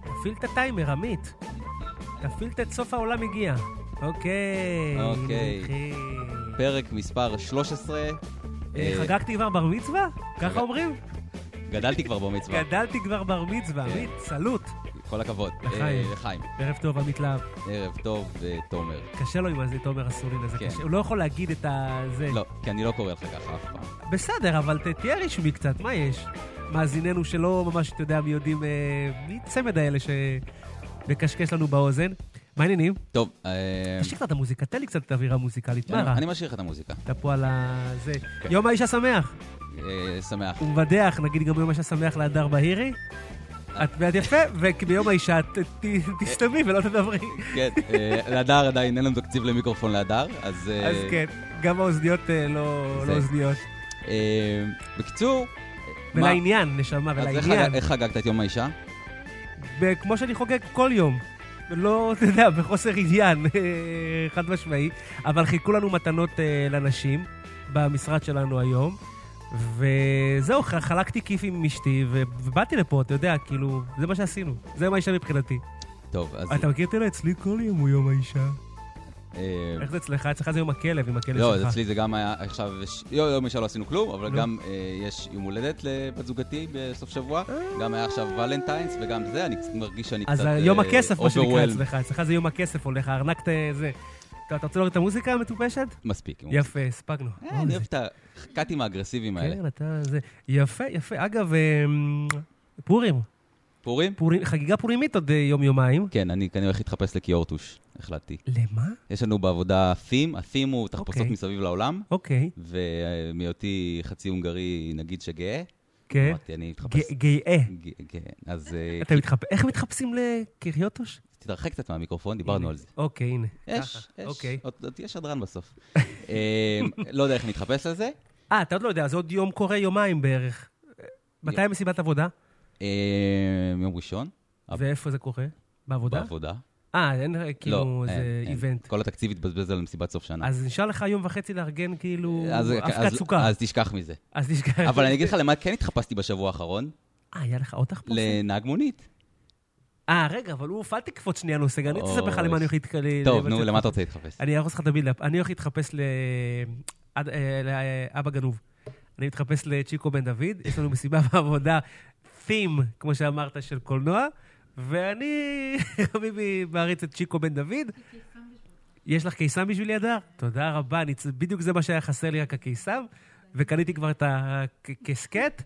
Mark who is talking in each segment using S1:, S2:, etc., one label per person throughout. S1: תפעיל את הטיימר, עמית. תפעיל את סוף העולם הגיע. אוקיי.
S2: אוקיי. פרק מספר 13.
S1: אה, חגגתי כבר בר מצווה? ככה אומרים?
S2: גדלתי כבר במצווה.
S1: גדלתי כבר בר מצווה,
S2: כן.
S1: עמית, סלוט.
S2: כל הכבוד.
S1: לחיים.
S2: אה, לחיים.
S1: ערב טוב, עמית להב.
S2: ערב טוב, אה, תומר.
S1: קשה לו עם הזה, תומר אסולין הזה.
S2: כן.
S1: קשה- הוא לא יכול להגיד את ה... זה.
S2: לא, כי אני לא קורא לך ככה אף פעם.
S1: בסדר, אבל ת- תהיה רשמי קצת, מה יש? מאזיננו שלא ממש, אתה יודע, מי יודעים, אה, מי צמד האלה שמקשקש לנו באוזן. מה העניינים?
S2: טוב, אה,
S1: תשאיר קצת את המוזיקה, תן לי קצת את האווירה המוזיקלית, מה רע?
S2: אני משאיר לך את המוזיקה.
S1: אתה פה על ה... זה.
S2: כן.
S1: יום האיש השמח.
S2: אה, שמח.
S1: ומבדח, נגיד גם יום האיש השמח להדר בהירי. את ואת יפה, וביום האישה ת- ת- תסתמי ולא תדברי.
S2: כן, אה, להדר עדיין אין לנו תקציב למיקרופון להדר, אז... אה,
S1: אז כן, גם האוזניות אה, לא
S2: זה.
S1: לא אוזניות.
S2: אה, בקיצור... מה-
S1: ולעניין, נשמה,
S2: אז איך
S1: ולעניין.
S2: חגג- איך חגגת את יום האישה?
S1: וכמו שאני חוגג כל יום. לא, אתה יודע, בחוסר עניין, אה, חד משמעי. אבל חיכו לנו מתנות אה, לנשים במשרד שלנו היום. וזהו, ח- חלקתי כיף עם אשתי, ו- ובאתי לפה, אתה יודע, כאילו, זה מה שעשינו. זה מה האישה מבחינתי.
S2: טוב, אז...
S1: אתה מכיר אותי? לא, אצלי כל יום הוא יום האישה.
S2: אה,
S1: איך זה אצלך? אצלך זה יום הכלב, עם הכלב שלך.
S2: לא, אז אצלי זה גם היה עכשיו, יש- יום יום אישה לא עשינו כלום, אבל
S1: נו.
S2: גם אה, יש יום הולדת לבת זוגתי בסוף שבוע, גם היה עכשיו ולנטיינס וגם זה, אני קצת מרגיש שאני קצת...
S1: אה. אז יום
S2: אה,
S1: הכסף, מה שנקרא
S2: overwhelmed.
S1: אצלך. אצלך זה יום הכסף הולך, הארנק ת- זה. אתה אתה רוצה להוריד את המוזיקה המטופשת?
S2: מספיק. נו.
S1: יפה, הספקנו.
S2: אה, אני אוהב את הקאטים האגרסיביים האלה.
S1: כן, אתה זה... יפה, יפה. אגב, אמ, פורים.
S2: פורים?
S1: פורים- חגיגה פורימית עוד אה, יום-יומיים.
S2: כן, אני כנראה הולך להתחפש לקיורטוש, החלטתי.
S1: למה?
S2: יש לנו בעבודה theme, ה-theme הוא תחפושות
S1: אוקיי.
S2: מסביב לעולם,
S1: אוקיי,
S2: ומהיותי חצי הונגרי, נגיד שגאה,
S1: כן.
S2: אמרתי, אני מתחפש...
S1: ג- גאה.
S2: ג- כן, אז אה,
S1: אתה מתחפש... איך מתחפשים לקריוטוש?
S2: תתרחק קצת מהמיקרופון, דיברנו
S1: הנה.
S2: על זה.
S1: אוקיי, הנה.
S2: יש,
S1: ככה,
S2: יש.
S1: אוקיי.
S2: עוד- עוד תהיה שדרן בסוף. אה, לא יודע איך נתחפש לזה.
S1: אה, אתה עוד לא יודע, זה עוד יום קורה יומיים בערך. מתי מסיבת עבודה?
S2: אה, יום ראשון, עב-
S1: ואיפה זה קורה? בעבודה?
S2: בעבודה.
S1: אה, אין אה, כאילו
S2: לא,
S1: איזה
S2: אין, אין.
S1: איבנט.
S2: כל התקציב התבזבז על מסיבת סוף שנה.
S1: אז נשאר לך יום וחצי לארגן כאילו
S2: אז-
S1: אבקת
S2: אז-
S1: סוכה.
S2: אז תשכח מזה.
S1: אז נשכח.
S2: אבל אני אגיד לך למה כן התחפשתי בשבוע האחרון,
S1: אה, היה לך עוד תחפושת?
S2: לנהג מונית.
S1: אה, רגע, אבל אוף, אל תקפוץ שנייה נושא, אני רוצה לספר לך
S2: אוי.
S1: למה אני הולך להתקלל.
S2: טוב, נו, למה אתה רוצה להתחפש?
S1: אני אהרוס לך את הבילדאפ. אני הולך להתחפש ל... עד- אה, לאבא גנוב. אני מתחפש לצ'יקו בן דוד, יש לנו מסיבה בעבודה, theme, כמו שאמרת, של קולנוע, ואני, חביבי, מעריץ את צ'יקו בן דוד. יש לך קיסם בשבילי, הדר? תודה רבה, אני... צ- בדיוק זה מה שהיה חסר לי, רק הקיסם, וקניתי כבר את הקסקט,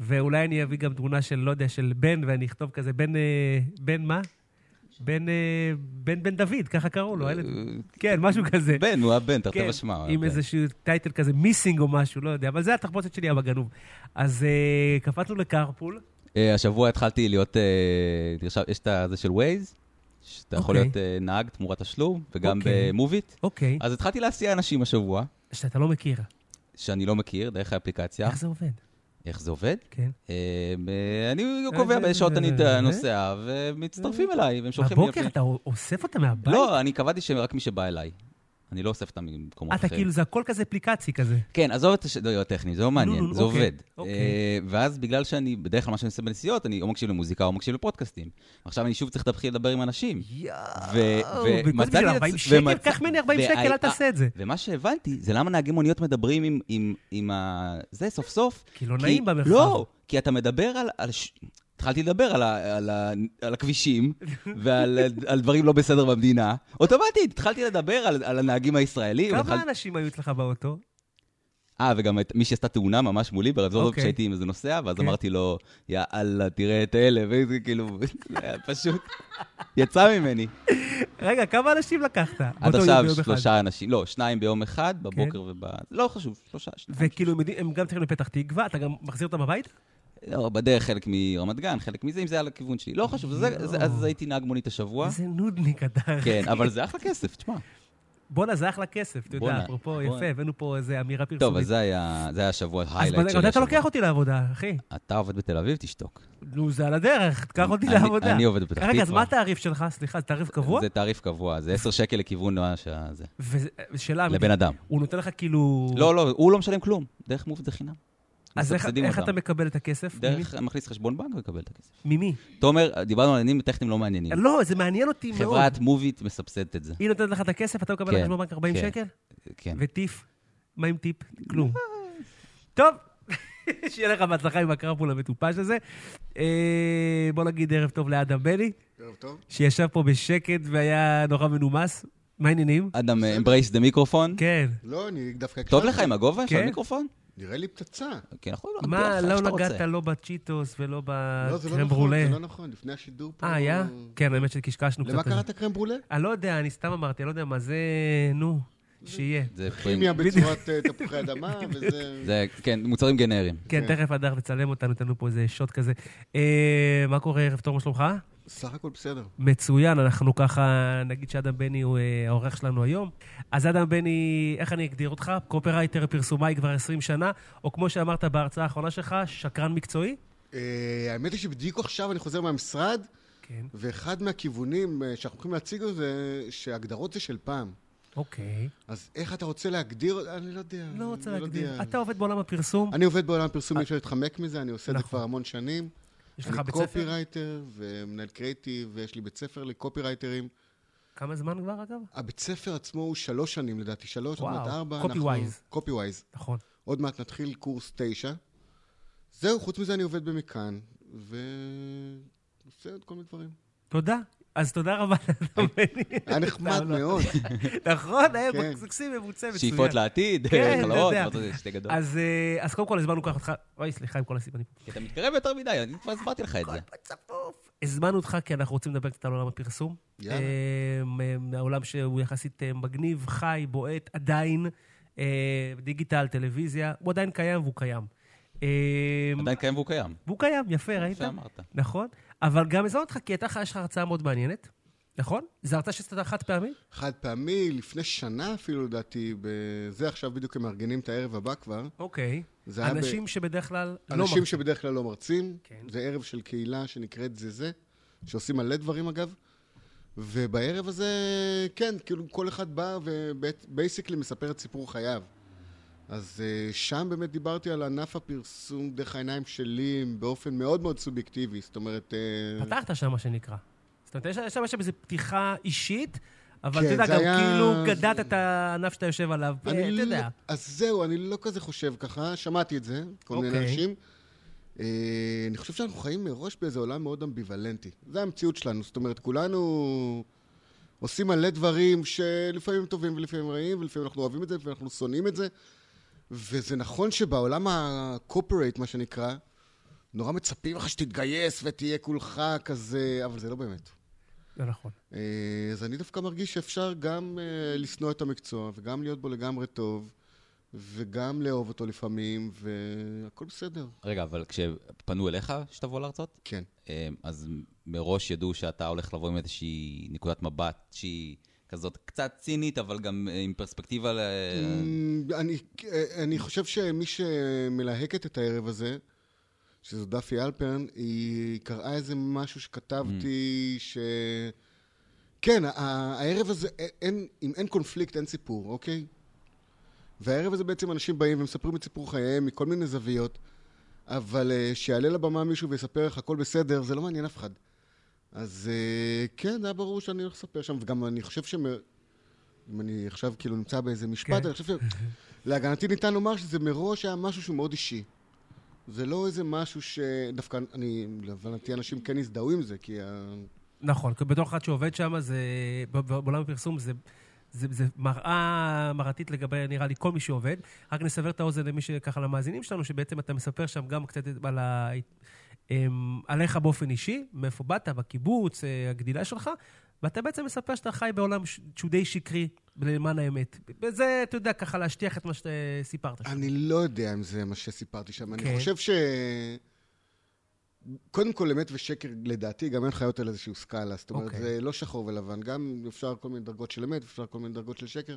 S1: ואולי אני אביא גם תמונה של, לא יודע, של בן, ואני אכתוב כזה, בן... אה, בן מה? בן... אה, בן בן דוד, ככה קראו לו, הילד. כן, משהו כזה.
S2: בן, אוקיי. הוא היה בן, תרתי
S1: כן,
S2: משמע. הוא היה
S1: עם
S2: בן.
S1: איזשהו טייטל כזה, מיסינג או משהו, לא יודע, אבל זה התחפושת שלי, אבא גנוב. אז אה, קפצנו לקרפול,
S2: אה, השבוע התחלתי להיות, אה, תרשם- יש את זה של ווייז, שאתה יכול
S1: אוקיי.
S2: להיות אה, נהג תמורת תשלום, וגם
S1: אוקיי.
S2: במוביט.
S1: אוקיי,
S2: אז התחלתי להסיע אנשים השבוע,
S1: שאתה לא מכיר.
S2: שאני לא מכיר, דרך האפליקציה.
S1: איך זה עובד?
S2: איך זה עובד?
S1: כן.
S2: אה, אה, אני קובע באיזה שעות אני
S1: אה,
S2: נוסע, ומצטרפים אליי, והם שולחים לי...
S1: בבוקר
S2: אפילו-
S1: אתה אוסף אותה מהבית?
S2: לא, אני קבעתי שרק מי שבא אליי. אני לא אוסף אותם ממקומות
S1: אתה
S2: אחרים.
S1: כאילו, זה הכל כזה אפליקצי כזה.
S2: כן, עזוב את השדויות הטכני, זה לא מעניין,
S1: נו,
S2: זה
S1: אוקיי,
S2: עובד.
S1: אוקיי.
S2: אה, ואז בגלל שאני, בדרך כלל מה שאני עושה בנסיעות, אני או מקשיב למוזיקה או מקשיב לפודקאסטים. עכשיו אני שוב צריך להתחיל לדבר עם אנשים.
S1: יואו,
S2: ומצאתי
S1: בכל בשביל
S2: את-
S1: 40 שקל,
S2: ומצ-
S1: קח ממני 40 שקל,
S2: וה- אה,
S1: אל תעשה את זה.
S2: ומה שהבנתי, זה למה נהגי מוניות מדברים עם, עם, עם ה... זה סוף סוף.
S1: כי לא נעים במרחב.
S2: לא, כי אתה מדבר על... על ש... התחלתי לדבר על, ה, על, ה, על הכבישים ועל על דברים לא בסדר במדינה. אוטומטית, התחלתי לדבר על, על הנהגים הישראלים.
S1: כמה
S2: כאילו, התחלתי-
S1: אנשים היו אצלך באוטו?
S2: אה, וגם את מי שעשתה תאונה ממש מולי ברמזור טוב
S1: אוקיי.
S2: כשהייתי עם איזה נוסע, ואז
S1: כן.
S2: אמרתי לו, יא אללה, תראה את אלה, וזה כאילו, זה היה פשוט יצא ממני.
S1: רגע, כמה אנשים לקחת?
S2: עד
S1: באותו יום,
S2: עכשיו
S1: ביום אחד? כן.
S2: שלושה אנשים, לא, שניים ביום אחד, בבוקר וב... לא חשוב, שלושה, שניים.
S1: וכאילו, הם יודעים- הם גם צריכים לפתח תקווה, אתה גם מחזיר אותם הביתה?
S2: לא, בדרך חלק מרמת גן, חלק מזה, אם זה היה לכיוון שלי. לא חשוב, זה- זה- אז הייתי נהג מונית השבוע.
S1: איזה נודניק אתה.
S2: כן, אבל זה אחלה כסף, תשמע.
S1: בואנה, זה אחלה כסף, אתה
S2: בואנה,
S1: יודע, אפרופו,
S2: בואנה.
S1: יפה, הבאנו פה איזה אמירה פרסומית.
S2: טוב, אז זה היה זה היה השבוע,
S1: אז
S2: ההיילייט
S1: מתי
S2: שלי.
S1: אתה
S2: השבוע.
S1: לוקח אותי לעבודה, אחי?
S2: אתה עובד בתל אביב, תשתוק.
S1: נו, זה על הדרך, תקח אותי
S2: אני-
S1: לעבודה.
S2: אני עובד בפתח
S1: רגע, אז
S2: תקווה.
S1: מה התעריף שלך? סליחה, זה תעריף קבוע?
S2: זה תעריף קבוע, זה 10 שקל לכיוון מה שה- זה,
S1: ושאלה,
S2: לבן אדם.
S1: הוא נותן לך כאילו...
S2: לא, לא, הוא לא משלם כלום. דרך מוב זה חינם.
S1: אז איך-
S2: מסבסדים
S1: איך
S2: אותם.
S1: אתה מקבל את הכסף? ממי?
S2: דרך מכניס חשבון בנק ומקבל את הכסף.
S1: ממי?
S2: תומר, דיברנו על עניינים טכניים לא מעניינים.
S1: לא, זה מעניין אותי מאוד.
S2: חברת מוביט מסבסדת את זה.
S1: היא נותנת לך את הכסף, אתה מקבל
S2: כן,
S1: לחשבון בנק 40
S2: כן.
S1: שקל?
S2: כן.
S1: וטיפ? מה עם טיפ? כלום. טוב, שיהיה לך בהצלחה עם הקרפול המטופש הזה. אה, בוא נגיד ערב טוב לאדם בני,
S3: ערב טוב.
S1: שישב פה בשקט והיה נורא מנומס. מה העניינים?
S2: אדם, אה, אמברייס דה מיקרופון.
S1: כן.
S3: לא, אני דווקא
S2: טוב
S3: הקשבתי.
S2: לך עם הגובה של
S1: כן.
S2: המיקרופון?
S3: נראה לי פצצה.
S2: כן, נכון,
S1: מה, לא נגעת לא בצ'יטוס ולא
S3: לא, זה
S1: בקרם
S3: לא נכון,
S1: ברולה?
S3: זה לא נכון. לפני השידור פה...
S1: אה, היה? כן, האמת שקשקשנו קצת.
S3: למה
S1: על זה.
S3: קראת קרם ברולה?
S1: אני לא יודע, אני סתם אמרתי, אני לא יודע מה זה, נו, שיהיה.
S2: זה פרים.
S3: כימיה בצורת אה, תפוחי אדמה, וזה...
S2: זה, כן, מוצרים גנריים.
S1: כן,
S3: כן.
S1: תכף הדר תצלם אותנו, תן לנו פה איזה שוט כזה. אה, מה קורה, ערב טוב, מה שלומך?
S3: סך הכל בסדר.
S1: מצוין, אנחנו ככה, נגיד שאדם בני הוא אה, העורך שלנו היום. אז אדם בני, איך אני אגדיר אותך? קופרייטר פרסומאי כבר 20 שנה, או כמו שאמרת בהרצאה האחרונה שלך, שקרן מקצועי?
S3: אה, האמת היא שבדיוק עכשיו אני חוזר מהמשרד,
S1: כן.
S3: ואחד מהכיוונים אה, שאנחנו הולכים להציג לו זה שהגדרות זה של פעם.
S1: אוקיי.
S3: אז איך אתה רוצה להגדיר? אני לא יודע.
S1: לא רוצה
S3: אני
S1: להגדיר.
S3: יודע.
S1: אתה עובד בעולם הפרסום,
S3: אני עובד בעולם הפרסום, אי אפשר להתחמק מזה, אני עושה את זה
S1: נכון.
S3: כבר המון שנים.
S1: יש לך
S3: אני
S1: בית ספר?
S3: קופירייטר ומנהל קרייטיב, ויש לי בית ספר לקופירייטרים.
S1: כמה זמן כבר, אגב?
S3: הבית ספר עצמו הוא שלוש שנים לדעתי, שלוש, עוד
S1: וואו,
S3: מעט ארבע.
S1: copy wise.
S3: קופי ווייז.
S1: נכון.
S3: עוד מעט נתחיל קורס תשע. זהו, חוץ מזה אני עובד במכאן, ועושה עוד כל מיני דברים.
S1: תודה. אז תודה רבה לאדם בני.
S3: היה נחמד
S1: סתם, לא.
S3: מאוד.
S1: נכון, היה
S3: כן.
S1: מקסים, מבוצע, מצוין.
S2: שאיפות לעתיד,
S1: כן,
S2: חלומות,
S1: אתה יודע.
S2: אתה יודע, שתי גדול.
S1: אז, אה, אז קודם כל הזמנו ככה אותך, אוי, סליחה עם כל הסימנים.
S2: כי אתה מתקרב יותר מדי, אני כבר הסברתי לך את זה.
S1: צפוף. הזמנו אותך כי אנחנו רוצים לדבר קצת על עולם הפרסום.
S3: יאללה.
S1: העולם שהוא יחסית אה, מגניב, חי, בועט, עדיין. אה, דיגיטל, טלוויזיה, הוא עדיין קיים והוא קיים. אה,
S2: עדיין קיים והוא קיים.
S1: והוא קיים, יפה, ראית?
S2: שאמרת.
S1: נכון. אבל גם הזמנו אותך כי הייתה לך, יש לך הרצאה מאוד מעניינת, נכון? זו הרצאה שעשית חד פעמית?
S3: חד פעמי, לפני שנה אפילו לדעתי, זה עכשיו בדיוק הם מארגנים את הערב הבא כבר.
S1: אוקיי.
S3: זה היה ב-
S1: אנשים שבדרך כלל לא
S3: אנשים
S1: מרצים.
S3: שבדרך כלל לא מרצים.
S1: כן.
S3: זה ערב של קהילה שנקראת זה זה, שעושים מלא דברים אגב. ובערב הזה, כן, כאילו כל אחד בא ובייסיקלי מספר את סיפור חייו. אז אה, שם באמת דיברתי על ענף הפרסום דרך העיניים שלי באופן מאוד מאוד סובייקטיבי. זאת אומרת... אה,
S1: פתחת שם, מה שנקרא. זאת אומרת, יש יש שם יש שם איזו פתיחה אישית, אבל
S3: כן,
S1: אתה יודע,
S3: זה
S1: גם
S3: היה-
S1: כאילו גדעת את הענף שאתה יושב עליו. אה, אתה
S3: לא-
S1: יודע.
S3: אז זהו, אני לא כזה חושב ככה, שמעתי את זה, כל מיני
S1: אוקיי.
S3: אנשים. אה, אני חושב שאנחנו חיים מראש באיזה עולם מאוד אמביוולנטי. זה המציאות שלנו, זאת אומרת, כולנו עושים מלא דברים שלפעמים הם טובים ולפעמים רעים, ולפעמים אנחנו אוהבים את זה ולפעמים אנחנו שונאים את זה. וזה נכון שבעולם הקופרייט, מה שנקרא, נורא מצפים לך שתתגייס ותהיה כולך כזה, אבל זה לא באמת.
S1: זה נכון.
S3: אה, אז אני דווקא מרגיש שאפשר גם אה, לשנוא את המקצוע, וגם להיות בו לגמרי טוב, וגם לאהוב אותו לפעמים, והכל בסדר.
S2: רגע, אבל כשפנו אליך שתבוא להרצות,
S3: כן.
S2: אה, אז מראש ידעו שאתה הולך לבוא עם איזושהי נקודת מבט שהיא כזאת קצת צינית, אבל גם אה, עם פרספקטיבה ל...
S3: Mm, אני, אה, אני חושב שמי שמלהקת את הערב הזה, שזו דפי אלפרן, היא קראה איזה משהו שכתבתי, ש... כן, ה- ה- הערב הזה, א- אין, אם אין קונפליקט, אין סיפור, אוקיי? והערב הזה בעצם אנשים באים ומספרים את סיפור חייהם מכל מיני זוויות, אבל אה, שיעלה לבמה מישהו ויספר לך הכל בסדר, זה לא מעניין אף אחד. אז אה, כן, היה ברור שאני הולך לספר שם, וגם אני חושב שמ... אם אני עכשיו כאילו נמצא באיזה משפט,
S1: כן.
S3: אני חושב שלהגנתי ניתן לומר שזה מראש היה משהו שהוא מאוד אישי. זה לא איזה משהו שדווקא, אני, להבנתי אנשים כן הזדהו עם זה, כי ה...
S1: נכון, כי בתור אחד שעובד שם, זה... ב- ב- בעולם הפרסום זה... זה, זה מראה מרתית לגבי, נראה לי, כל מי שעובד. רק נסבר את האוזן למי שככה, למאזינים שלנו, שבעצם אתה מספר שם גם קצת על ה... אמ, עליך באופן אישי, מאיפה באת, בקיבוץ, אה, הגדילה שלך, ואתה בעצם מספר שאתה חי בעולם ש- שהוא די שקרי, למען האמת. וזה, אתה יודע, ככה להשטיח את מה שסיפרת. שם.
S3: אני לא יודע אם זה מה שסיפרתי שם.
S1: כן.
S3: אני חושב ש... קודם כל, אמת ושקר, לדעתי, גם אין חיות על איזושהי סקאלה. זאת אומרת,
S1: אוקיי.
S3: זה לא שחור ולבן. גם אפשר כל מיני דרגות של אמת, אפשר כל מיני דרגות של שקר.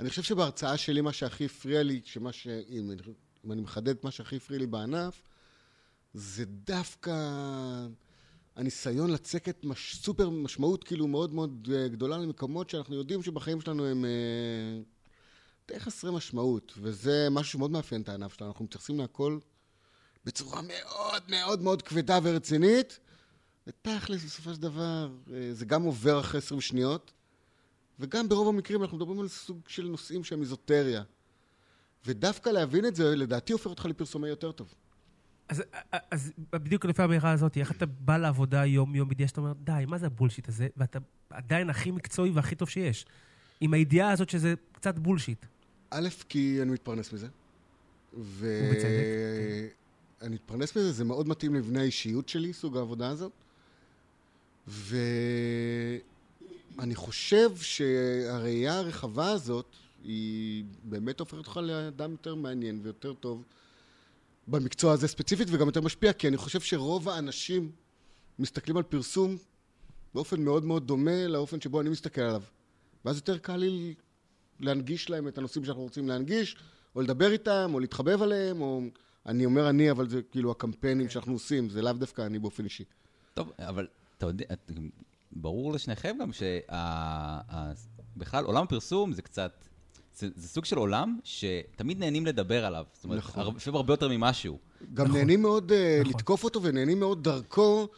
S3: אני חושב שבהרצאה שלי, מה שהכי הפריע לי, שמה ש... אם אני- אם אני מחדד את מה שהכי הפריע לי בענף, זה דווקא הניסיון לצקת מש... סופר משמעות, כאילו, מאוד מאוד אה, גדולה למקומות שאנחנו יודעים שבחיים שלנו הם... אה, די חסרי משמעות, וזה משהו שמאוד מאפיין את הענף שלנו. אנחנו מתייחסים להכל בצורה מאוד מאוד מאוד כבדה ורצינית, ותכלס, בסופו של דבר, אה, זה גם עובר אחרי 20 שניות, וגם ברוב המקרים אנחנו מדברים על סוג של נושאים שהם איזוטריה. ודווקא להבין את זה, לדעתי הופך אותך לפרסומי יותר טוב.
S1: אז, אז בדיוק לפי האמירה הזאת, איך אתה בא לעבודה יום-יום בידיעה שאתה אומר, די, מה זה הבולשיט הזה? ואתה עדיין הכי מקצועי והכי טוב שיש. עם הידיעה הזאת שזה קצת בולשיט.
S3: א', כי אני מתפרנס מזה. ו...
S1: ובצדק,
S3: אני מתפרנס מזה, זה מאוד מתאים לבני האישיות שלי, סוג העבודה הזאת. ואני חושב שהראייה הרחבה הזאת, היא באמת הופכת אותך לאדם יותר מעניין ויותר טוב במקצוע הזה ספציפית, וגם יותר משפיע, כי אני חושב שרוב האנשים מסתכלים על פרסום באופן מאוד מאוד דומה לאופן שבו אני מסתכל עליו. ואז יותר קל לי להנגיש להם את הנושאים שאנחנו רוצים להנגיש, או לדבר איתם, או להתחבב עליהם, או... אני אומר אני, אבל זה כאילו הקמפיינים שאנחנו עושים, זה לאו דווקא אני באופן אישי.
S2: טוב, אבל אתה יודע, את- ברור לשניכם גם שבכלל עולם הפרסום זה קצת, זה, זה סוג של עולם שתמיד נהנים לדבר עליו. זאת אומרת,
S3: נכון.
S2: הרבה- לפעמים הרבה יותר ממשהו.
S3: גם
S1: נכון.
S3: נהנים מאוד אה,
S1: נכון.
S3: לתקוף אותו ונהנים מאוד דרכו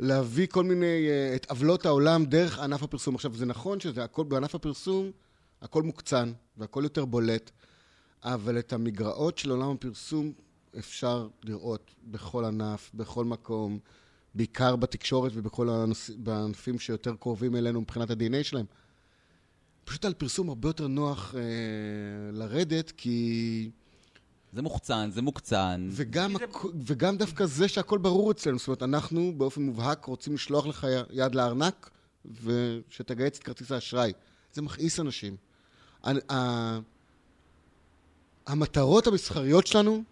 S3: להביא כל מיני, אה, את עוולות העולם דרך ענף הפרסום. עכשיו, זה נכון שזה הכל, בענף הפרסום הכל מוקצן והכל יותר בולט, אבל את המגרעות של עולם הפרסום אפשר לראות בכל ענף, בכל מקום, בעיקר בתקשורת ובכל הנוס- בענפים שיותר קרובים אלינו מבחינת ה-DNA שלהם. פשוט על פרסום הרבה יותר נוח אה, לרדת, כי...
S2: זה מוחצן, זה מוקצן.
S3: וגם,
S1: כי זה-
S3: הכ- וגם דווקא זה שהכל ברור אצלנו, זאת אומרת, אנחנו באופן מובהק רוצים לשלוח לך י- יד לארנק ושתגייס את כרטיס האשראי. זה מכעיס אנשים. הנ- ה- המטרות המסחריות שלנו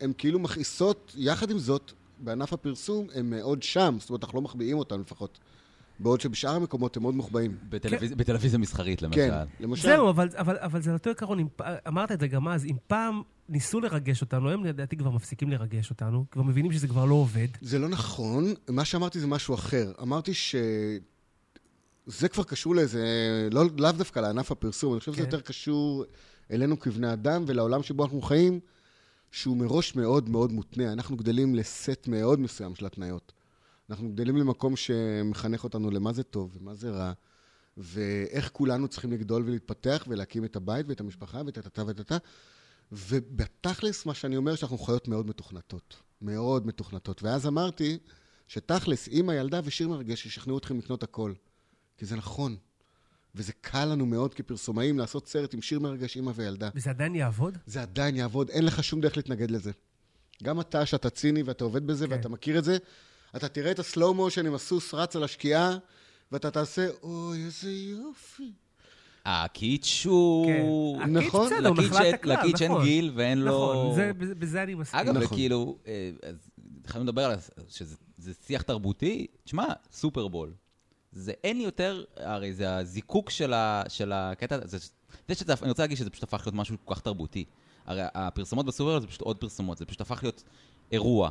S3: הן כאילו מכעיסות, יחד עם זאת, בענף הפרסום הם מאוד שם, זאת אומרת, אנחנו לא מחביאים אותם לפחות. בעוד שבשאר המקומות הם מאוד מוחבאים.
S2: בטלוויז... בטלוויזיה מסחרית, למשל.
S3: כן, למשל.
S1: זהו, אבל, אבל, אבל זה לא אותו עיקרון, אם, פ- אמרת את זה גם אז, אם פעם ניסו לרגש אותנו, הם לדעתי כבר מפסיקים לרגש אותנו, כבר מבינים שזה כבר לא עובד.
S3: זה לא נכון. מה שאמרתי זה משהו אחר. אמרתי ש... זה כבר קשור לאיזה... לא, לאו דווקא לענף הפרסום, אני חושב שזה
S1: כן.
S3: יותר קשור אלינו כבני אדם ולעולם שבו אנחנו חיים, שהוא מראש מאוד מאוד מותנה. אנחנו גדלים לסט מאוד מסוים של התניות. אנחנו גדלים למקום שמחנך אותנו למה זה טוב ומה זה רע, ואיך כולנו צריכים לגדול ולהתפתח ולהקים את הבית ואת המשפחה וטה-טה-טה וטה-טה. ובתכלס, מה שאני אומר, שאנחנו חיות מאוד מתוכנתות. מאוד מתוכנתות. ואז אמרתי שתכלס, אימא, ילדה ושיר מרגש ישכנעו אתכם לקנות הכל. כי זה נכון. וזה קל לנו מאוד כפרסומאים לעשות סרט עם שיר מרגש, אימא וילדה.
S1: וזה עדיין יעבוד?
S3: זה עדיין יעבוד, אין לך שום דרך להתנגד לזה. גם אתה, שאתה ציני ואתה עובד בזה
S1: כן.
S3: ואתה מכיר את זה, אתה תראה את הסלואו מושן עם הסוס רץ על השקיעה, ואתה תעשה, אוי, איזה יופי.
S2: הקיץ' הוא...
S1: כן.
S3: נכון,
S1: הקיץ' בסדר, הוא
S2: לקיץ'
S1: נחלת
S2: שאין-
S1: הכלל,
S2: לקיץ' אין
S1: נכון.
S2: גיל ואין לו-
S1: נכון, זה- בזה- בזה אני מסכים.
S2: לא. אגב,
S3: נכון.
S2: כאילו, אה, אז התחלנו לדבר על הס- שזה זה שיח תרבותי, תשמע, סופרבול. זה אין יותר, הרי זה הזיקוק של, ה, של הקטע, זה, זה שזה, אני רוצה להגיד שזה פשוט הפך להיות משהו כל כך תרבותי. הרי הפרסומות בסופרבול זה פשוט עוד פרסומות, זה פשוט הפך להיות אירוע.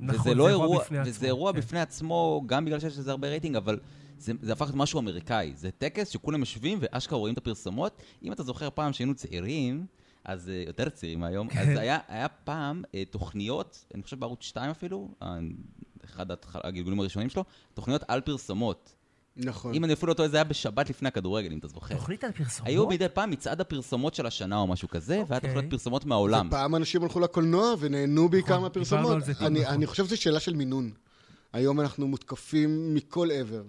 S1: נכון,
S2: וזה
S1: זה
S2: לא
S1: אירוע
S2: אירוע,
S1: בפני
S2: וזה
S1: עצמו,
S2: אירוע
S1: כן.
S2: בפני עצמו, גם בגלל שיש לזה הרבה רייטינג, אבל זה, זה הפך להיות משהו אמריקאי. זה טקס שכולם יושבים ואשכרה רואים את הפרסומות. אם אתה זוכר פעם שהיינו צעירים, אז אה, יותר צעירים היום, אז
S1: כן.
S2: היה, היה פעם אה, תוכניות, אני חושב בערוץ 2 אפילו, אה, אחד ההתחלה- הגלגולים הראשונים שלו, תוכניות על פרסומות.
S3: נכון.
S2: אם אני אפילו לא טועה, זה היה בשבת לפני הכדורגל, אם אתה זוכר.
S1: תוכנית על פרסומות?
S2: היו מדי פעם מצעד הפרסומות של השנה או משהו כזה, והיה
S1: אוקיי.
S2: תוכניות פרסומות מהעולם.
S3: פעם אנשים הלכו לקולנוע ונהנו בעיקר
S1: נכון, דיברנו
S3: מהפרסומות.
S1: על זה טיפה,
S3: אני-
S1: נכון.
S3: אני חושב שזו שאלה של מינון. היום אנחנו מותקפים מכל עבר,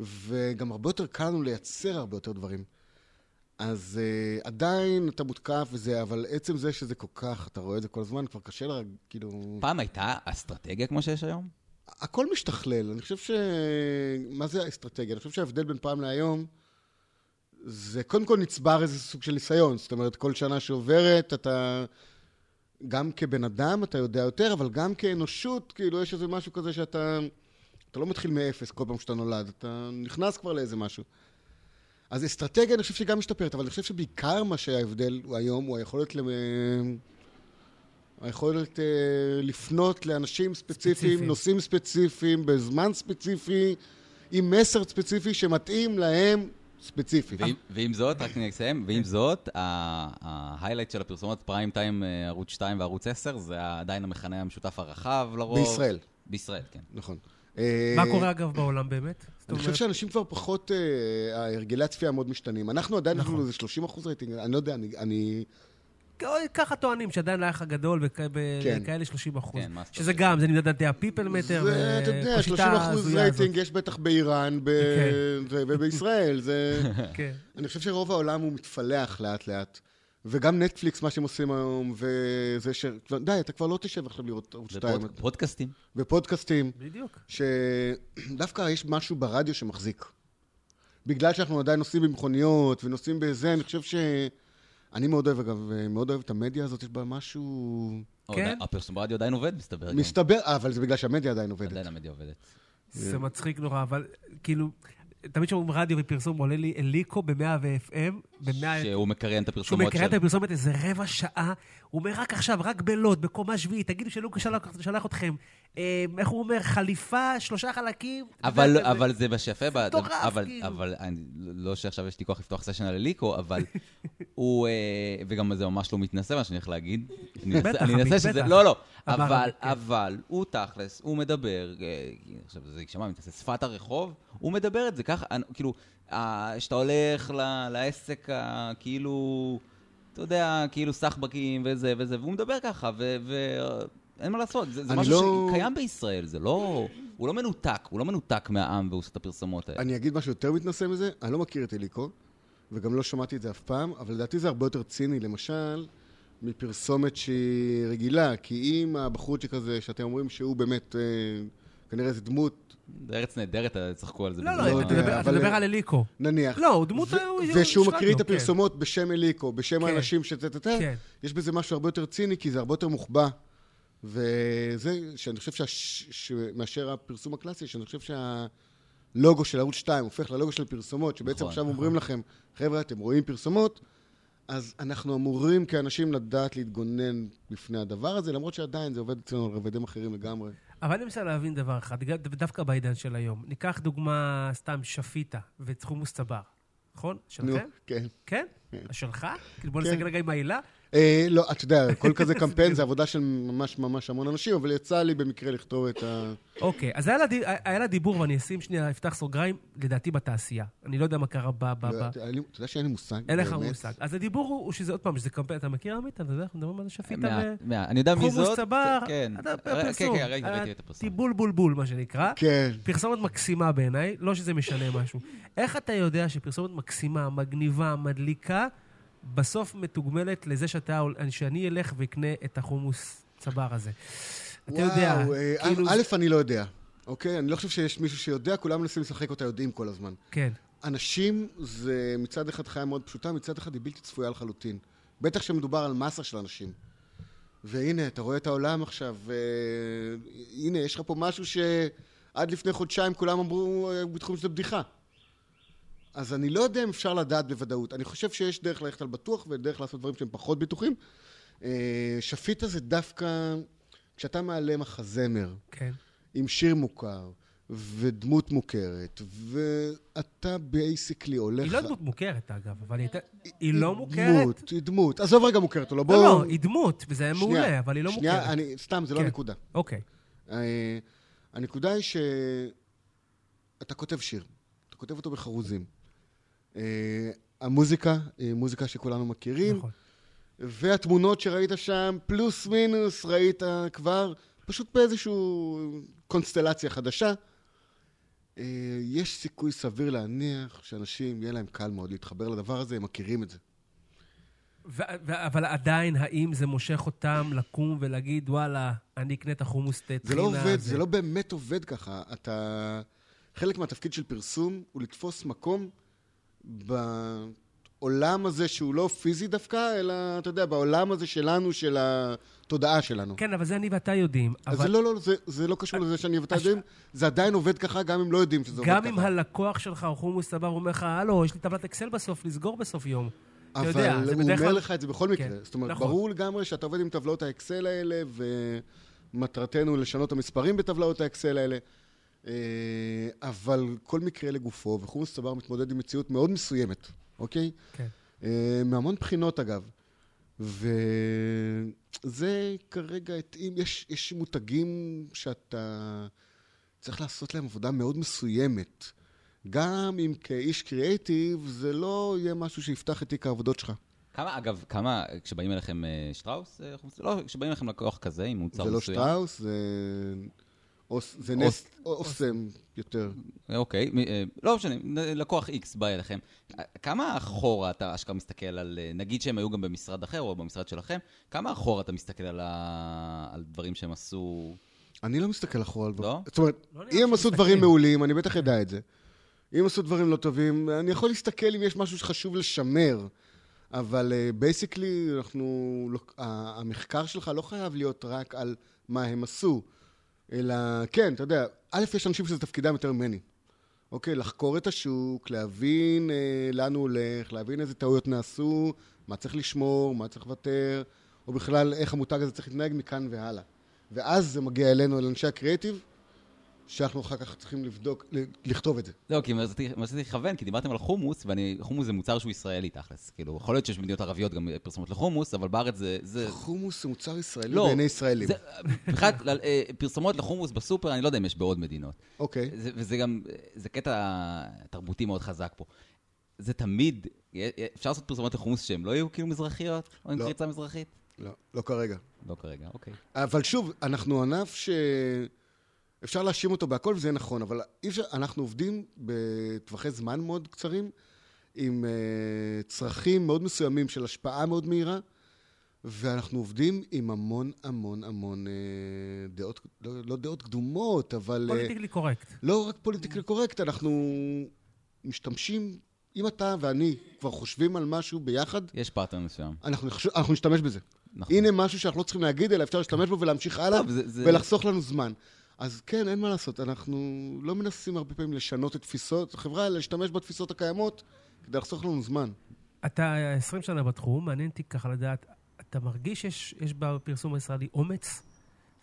S3: וגם הרבה יותר קל לנו לייצר הרבה יותר דברים. אז uh, עדיין אתה מותקף וזה, אבל עצם זה שזה כל כך, אתה רואה את זה כל הזמן, כבר קשה לה, כאילו...
S2: פעם הייתה אסטרטגיה כמו שיש היום?
S3: הכל משתכלל. אני חושב ש... מה זה האסטרטגיה? אני חושב שההבדל בין פעם להיום, זה קודם כל נצבר איזה סוג של ניסיון. זאת אומרת, כל שנה שעוברת, אתה... גם כבן אדם אתה יודע יותר, אבל גם כאנושות, כאילו, יש איזה משהו כזה שאתה... אתה לא מתחיל מאפס כל פעם שאתה נולד, אתה נכנס כבר לאיזה משהו. אז אסטרטגיה, אני חושב שהיא גם משתפרת, אבל אני חושב שבעיקר מה שההבדל הוא היום הוא היכולת ל... היכולת אה, לפנות לאנשים ספציפיים,
S1: ספציפיים.
S3: ספציפיים, נושאים ספציפיים, בזמן ספציפי, עם מסר ספציפי שמתאים להם ספציפית.
S2: ועם- ועם זאת, רק אני אסיים, ועם זאת, ההיילייט של הפרסומות פריים טיים אה, ערוץ 2 וערוץ 10, זה עדיין המכנה המשותף הרחב לרוב.
S3: בישראל.
S2: בישראל, כן.
S3: נכון.
S1: מה
S3: אה,
S1: קורה, אגב, בעולם באמת? זאת
S3: אני חושב
S1: אומרת,
S3: שאנשים כבר פחות, אה, הרגלי הצפייה מאוד משתנים. אנחנו עדיין, יש
S1: נכון.
S3: לנו איזה 30 אחוז רייטינג, אני לא יודע, אני- אני...
S1: ככה טוענים שעדיין לא האח הגדול
S3: כן.
S1: וכאלה 30 אחוז.
S2: כן, מה זאת
S1: שזה גם, זה נמדד על ידי הפיפל מטר. אה,
S3: זה, אתה יודע, 30 אחוז רייטינג יש בטח באיראן ב-
S1: כן.
S3: זה- ובישראל. זה...
S1: כן.
S3: אני חושב שרוב העולם הוא מתפלח לאט-לאט. וגם נטפליקס, מה שהם עושים היום, וזה ש... כבר- די, אתה כבר לא תשב עכשיו לראות ערוץ 2.
S2: פודקאסטים.
S3: כן. ופודקאסטים,
S1: בדיוק.
S3: שדווקא יש משהו ברדיו שמחזיק. בגלל שאנחנו עדיין נוסעים במכוניות ונוסעים בזה, אני חושב ש... אני מאוד אוהב, אגב, מאוד אוהב את המדיה הזאת, יש בה משהו...
S1: כן.
S2: הפרסום ברדיו עדיין עובד, מסתבר. גם.
S3: מסתבר, אה, אבל זה בגלל שהמדיה עדיין עובדת.
S2: עדיין המדיה עובדת.
S1: זה מצחיק נורא, אבל כאילו, תמיד כשאומרים רדיו ופרסום, עולה לי אליקו ב-100 ו-FM, ב-100...
S2: שהוא מקריין את
S1: כשהוא
S2: הפרסומות
S1: מקריא את
S2: שלו.
S1: הפרסומת איזה רבע שעה, הוא אומר רק עכשיו, רק בלוד, בקומה שביעית, תגידו שלוק שלח, שלח אתכם. אה, איך הוא אומר? חליפה, שלושה חלקים.
S2: אבל,
S1: ואתם-
S2: אבל זה מה שיפה, ב-
S1: מטורף,
S2: אבל,
S1: כאילו.
S2: אבל אני, לא שעכשיו יש לי כוח לפתוח סשן על אליקו, אבל הוא, אה, וגם זה ממש לא מתנשא מה שאני הולך להגיד. אני אנסה-
S1: בטח,
S2: אני
S1: עמית,
S2: אנסה שזה,
S1: בטח.
S2: לא, לא,
S1: אמר
S2: אבל,
S1: עמית, כן.
S2: אבל הוא תכלס, הוא מדבר, אה, עכשיו זה יישמע מתנשא, שפת הרחוב, הוא מדבר את זה ככה, אני- כאילו, אה, כשאתה הולך ל- לעסק, ה- כאילו, אתה יודע, כאילו סחבקים וזה וזה, והוא מדבר ככה, ו... ו- אין מה לעשות, זה, זה
S3: אני
S2: משהו
S3: לא-
S2: שקיים גם בישראל, זה לא... הוא לא מנותק, הוא לא מנותק מהעם והוא עושה את הפרסומות האלה.
S3: אני אגיד משהו יותר מתנשא מזה, אני לא מכיר את אליקו, וגם לא שמעתי את זה אף פעם, אבל לדעתי זה הרבה יותר ציני, למשל, מפרסומת שהיא רגילה, כי אם הבחורצ'יק הזה, שאתם אומרים שהוא באמת אה, כנראה איזה דמות,
S2: זה ארץ נהדרת, אה, צחקו על זה.
S1: לא,
S2: בזמנו. אה,
S1: לא, אתה
S3: יודע,
S1: מדבר- אתה
S3: אבל-
S1: מדבר על אליקו.
S3: נניח.
S1: לא, הוא דמות-
S3: ו-
S1: הוא-
S3: ושהוא
S1: הוא
S3: מקריא את
S1: שלנו, כן.
S3: הפרסומות בשם אליקו, בשם
S1: כן.
S3: האנשים שטטטה,
S1: כן.
S3: יש בזה משהו הרבה יותר ציני, כי זה הרבה יותר מוחבא. וזה, שאני חושב שהש- ש... מאשר הפרסום הקלאסי, שאני חושב שהלוגו של ערוץ 2 הופך ללוגו של פרסומות, שבעצם
S2: נכון,
S3: עכשיו אומרים לכם, חבר'ה, אתם רואים פרסומות, אז אנחנו אמורים כאנשים לדעת להתגונן בפני הדבר הזה, למרות שעדיין זה עובד אצלנו על רבדים אחרים לגמרי.
S1: אבל אני מנסה להבין דבר אחד, דו- דווקא בעידן של היום. ניקח דוגמה סתם שפיטה ותחומוס צבר, נכון? שלכם?
S3: כן.
S1: כן? שלך? כאילו בוא
S3: כן.
S1: נסגר רגע עם העילה.
S3: אה, לא, אתה יודע, כל כזה קמפיין זה עבודה של ממש ממש המון אנשים, אבל יצא לי במקרה לכתוב את ה...
S1: אוקיי, אז היה לה די- היה לה דיבור, ואני אשים שנייה, אפתח סוגריים, לדעתי בתעשייה. אני לא יודע מה קרה ב... ב- ב-
S3: אתה יודע שאין לי מושג.
S1: אין לך
S3: באמת.
S1: מושג. אז הדיבור הוא הוא שזה עוד פעם, שזה קמפיין, אתה מכיר עמית? אתה יודע, אנחנו מדברים על שפיטה ו...
S2: מעט, מעט. אני יודע מי זאת.
S1: חומוס צבר,
S2: כן,
S1: אתה- אה,
S2: כן,
S1: הפרסום.
S2: כן, ראיתי ראיתי את הפרסום.
S1: טיבול בולבול, מה שנקרא.
S3: כן.
S1: פרסומת מקסימה בעיניי, לא שזה משנה משהו. איך אתה יודע שפרסומת מקסימה, מגניבה, מדליקה, בסוף מתוגמלת לזה שאתה, שאני אלך ואקנה את החומוס צבר הזה? אתה יודע,
S3: וואו, אה,
S1: כאילו...
S3: א', א', אני לא יודע, אוקיי? אני לא חושב שיש מישהו שיודע, כולם מנסים לשחק אותה יודעים כל הזמן.
S1: כן.
S3: אנשים זה מצד אחד חיה מאוד פשוטה, מצד אחד היא בלתי צפויה לחלוטין. בטח שמדובר על מסה של אנשים. והנה, אתה רואה את העולם עכשיו, אה, הנה, יש לך פה משהו שעד לפני חודשיים כולם אמרו אה, בתחום שזה בדיחה. אז אני לא יודע אם אפשר לדעת בוודאות. אני חושב שיש דרך ללכת על בטוח ודרך לעשות דברים שהם פחות בטוחים. אה, שפיטה זה דווקא כשאתה מעלה מחזמר,
S1: כן.
S3: עם שיר מוכר ודמות מוכרת, ואתה בייסיקלי הולך...
S1: היא לא דמות מוכרת, אגב, אבל היא הייתה... היא לא מוכרת?
S3: דמות, היא דמות. עזוב רגע מוכרת או לא,
S1: לא,
S3: בואו...
S1: לא, היא דמות, וזה היה
S3: שנייה,
S1: מעולה, אבל היא לא מוכרת.
S3: שנייה, אני- סתם, זה לא
S1: כן.
S3: הנקודה.
S1: אוקיי.
S3: אה, הנקודה היא שאתה כותב שיר, אתה כותב אותו בחרוזים. אה, המוזיקה היא מוזיקה שכולנו מכירים,
S1: נכון.
S3: והתמונות שראית שם, פלוס מינוס, ראית כבר, פשוט באיזושהי קונסטלציה חדשה. אה, יש סיכוי סביר להניח שאנשים, יהיה להם קל מאוד להתחבר לדבר הזה, הם מכירים את זה.
S1: ו- ו- אבל עדיין, האם זה מושך אותם לקום ולהגיד, וואלה, אני אקנה את החומוס טחינה?
S3: זה לא עובד,
S1: הזה"?
S3: זה לא באמת עובד ככה. אתה... חלק מהתפקיד של פרסום הוא לתפוס מקום בעולם הזה שהוא לא פיזי דווקא, אלא, אתה יודע, בעולם הזה שלנו, של התודעה שלנו.
S1: כן, אבל זה אני ואתה יודעים.
S3: אז
S1: אבל-
S3: זה לא, לא, זה, זה לא קשור לזה שאני ואתה
S1: הש-
S3: יודעים, זה עדיין עובד ככה, גם אם לא יודעים שזה עובד ככה.
S1: גם אם הלקוח שלך הוא חומוס סבבה, הוא אומר לך, הלו, יש לי טבלת אקסל בסוף, לסגור בסוף יום. אתה יודע,
S3: אבל
S1: זה
S3: הוא
S1: בדרך
S3: אומר
S1: כלל-
S3: לך את זה בכל מקרה.
S1: כן,
S3: זאת אומרת,
S1: נכון.
S3: ברור לגמרי שאתה עובד עם טבלאות האקסל האלה, ומטרתנו לשנות את המספרים בטבלאות האקסל האלה. אה, אבל כל מקרה לגופו, וחומוס צבר מתמודד עם מציאות מאוד מסוימת, אוקיי?
S1: כן.
S3: אה, מהמון בחינות אגב. וזה כרגע התאים, יש, יש מותגים שאתה צריך לעשות להם עבודה מאוד מסוימת. גם אם כאיש קריאייטיב, זה לא יהיה משהו שיפתח את תיק העבודות שלך.
S2: כמה, אגב, כמה, כשבאים אליכם אה, שטראוס? אה, חומוס? לא, כשבאים אליכם לקוח כזה עם מוצר
S3: זה לא
S2: מסוים.
S3: שטראוס, זה, אוס, זה נס, אוסם יותר.
S2: אה, אוקיי, מי- אה, לא משנה, נ- לקוח X בא אליכם. אה, כמה אחורה אתה אשכרה מסתכל על, אה, נגיד שהם היו גם במשרד אחר או במשרד שלכם, כמה אחורה אתה מסתכל על, ה... על דברים שהם עשו?
S3: אני לא מסתכל אחורה על דברים.
S2: לא?
S3: זאת אומרת,
S1: לא נראה
S3: אם הם עשו
S1: שמסתכלים.
S3: דברים מעולים, אני בטח אדע את זה. אם עשו דברים לא טובים, אני יכול להסתכל אם יש משהו שחשוב לשמר, אבל בייסיקלי, אנחנו... לא- ה- המחקר שלך לא חייב להיות רק על מה הם עשו, אלא כן, אתה יודע, א', יש אנשים שזה תפקידם יותר ממני. אוקיי, לחקור את השוק, להבין אה, לאן הוא הולך, להבין איזה טעויות נעשו, מה צריך לשמור, מה צריך לוותר, או בכלל איך המותג הזה צריך להתנהג מכאן והלאה. ואז זה מגיע אלינו, אל אנשי הקריאיטיב, שאנחנו אחר כך צריכים לבדוק, ל- לכתוב את זה.
S2: לא, כי רציתי רציתי לכוון, כי דיברתם על חומוס, וחומוס זה מוצר שהוא ישראלי תכלס. כאילו, יכול להיות שיש במדינות ערביות גם אה, פרסומות לחומוס, אבל בארץ זה... זה...
S3: חומוס הוא מוצר ישראלי
S2: לא,
S3: בעיני ישראלים.
S2: זה- מבחינת ל- אה, פרסומות לחומוס בסופר, אני לא יודע אם יש בעוד מדינות.
S3: אוקיי.
S2: זה, וזה גם, אה, זה קטע תרבותי מאוד חזק פה. זה תמיד, אה, אפשר לעשות פרסומות לחומוס שהן לא יהיו כאילו מזרחיות? או עם
S3: לא.
S2: קריצה מזרחית?
S3: לא, לא כרגע.
S2: לא כרגע, אוקיי.
S3: אבל שוב, אנחנו ענף שאפשר להאשים אותו בהכל וזה נכון, אבל אי אפשר, אנחנו עובדים בטווחי זמן מאוד קצרים, עם אה, צרכים מאוד מסוימים של השפעה מאוד מהירה, ואנחנו עובדים עם המון המון המון אה, דעות, לא, לא דעות קדומות, אבל... אה,
S1: פוליטיקלי קורקט.
S3: לא רק פוליטיקלי קורקט, אנחנו משתמשים, אם אתה ואני כבר חושבים על משהו ביחד,
S2: יש פאטרן מסוים.
S3: אנחנו, נחש... אנחנו נשתמש בזה.
S2: נכון.
S3: הנה משהו שאנחנו לא צריכים להגיד, אלא אפשר להשתמש בו ולהמשיך הלאה,
S2: טוב, זה- זה-
S3: ולחסוך לנו זמן. אז כן, אין מה לעשות, אנחנו לא מנסים הרבה פעמים לשנות את תפיסות, חברה, להשתמש בתפיסות הקיימות כדי לחסוך לנו זמן.
S1: אתה אה, 20 שנה בתחום, מעניין אותי ככה לדעת, אתה מרגיש שיש יש בפרסום הישראלי אומץ?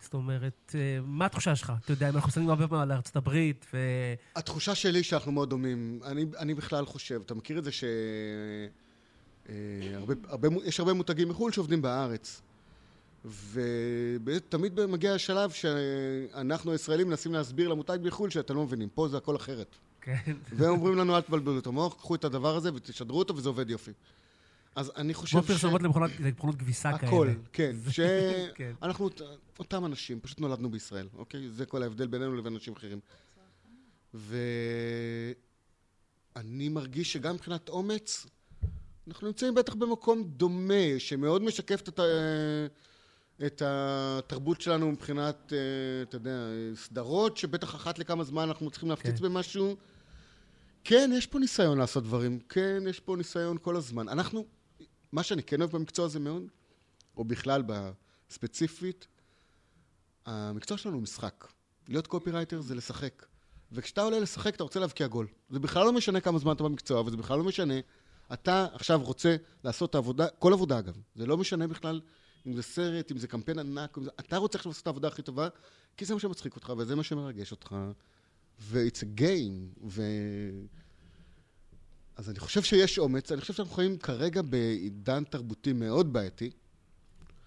S1: זאת אומרת, אה, מה התחושה שלך? אתה יודע, אם אנחנו מסתכלים הרבה פעמים על ארצות הברית, ו...
S3: התחושה שלי שאנחנו מאוד דומים. אני, אני בכלל חושב, אתה מכיר את זה ש... אה, הרבה, הרבה, מו- יש הרבה מותגים מחו"ל שעובדים בארץ. ותמיד מגיע השלב שאנחנו הישראלים מנסים להסביר למותג בחו"ל שאתם לא מבינים, פה זה הכל אחרת.
S1: כן.
S3: והם אומרים לנו, אל תבלבלו את המוח, קחו את הדבר הזה ותשדרו אותו, וזה עובד יופי. אז אני חושב
S1: כמו
S3: ש...
S1: פרסומות למכונות למכונות כביסה כאלה.
S3: הכל, כן.
S1: כן.
S3: שאנחנו אות- אותם אנשים, פשוט נולדנו בישראל, אוקיי? זה כל ההבדל בינינו לבין אנשים אחרים. ואני מרגיש שגם מבחינת אומץ, אנחנו נמצאים בטח במקום דומה, שמאוד משקף את, ה- את התרבות שלנו מבחינת, אה, אתה יודע, סדרות, שבטח אחת לכמה זמן אנחנו צריכים להפציץ
S1: כן.
S3: במשהו. כן, יש פה ניסיון לעשות דברים. כן, יש פה ניסיון כל הזמן. אנחנו, מה שאני כן אוהב במקצוע הזה מאוד, או בכלל בספציפית, המקצוע שלנו הוא משחק. להיות קופירייטר זה לשחק. וכשאתה עולה לשחק, אתה רוצה להבקיע גול. זה בכלל לא משנה כמה זמן אתה במקצוע, וזה בכלל לא משנה. אתה עכשיו רוצה לעשות את העבודה, כל עבודה אגב. זה לא משנה בכלל אם זה סרט, אם זה קמפיין ענק, אם זה... אתה רוצה עכשיו לעשות את העבודה הכי טובה, כי זה מה שמצחיק אותך, וזה מה שמרגש אותך. ו-it's a game, ו... אז אני חושב שיש אומץ, אני חושב שאנחנו חיים כרגע בעידן תרבותי מאוד בעייתי.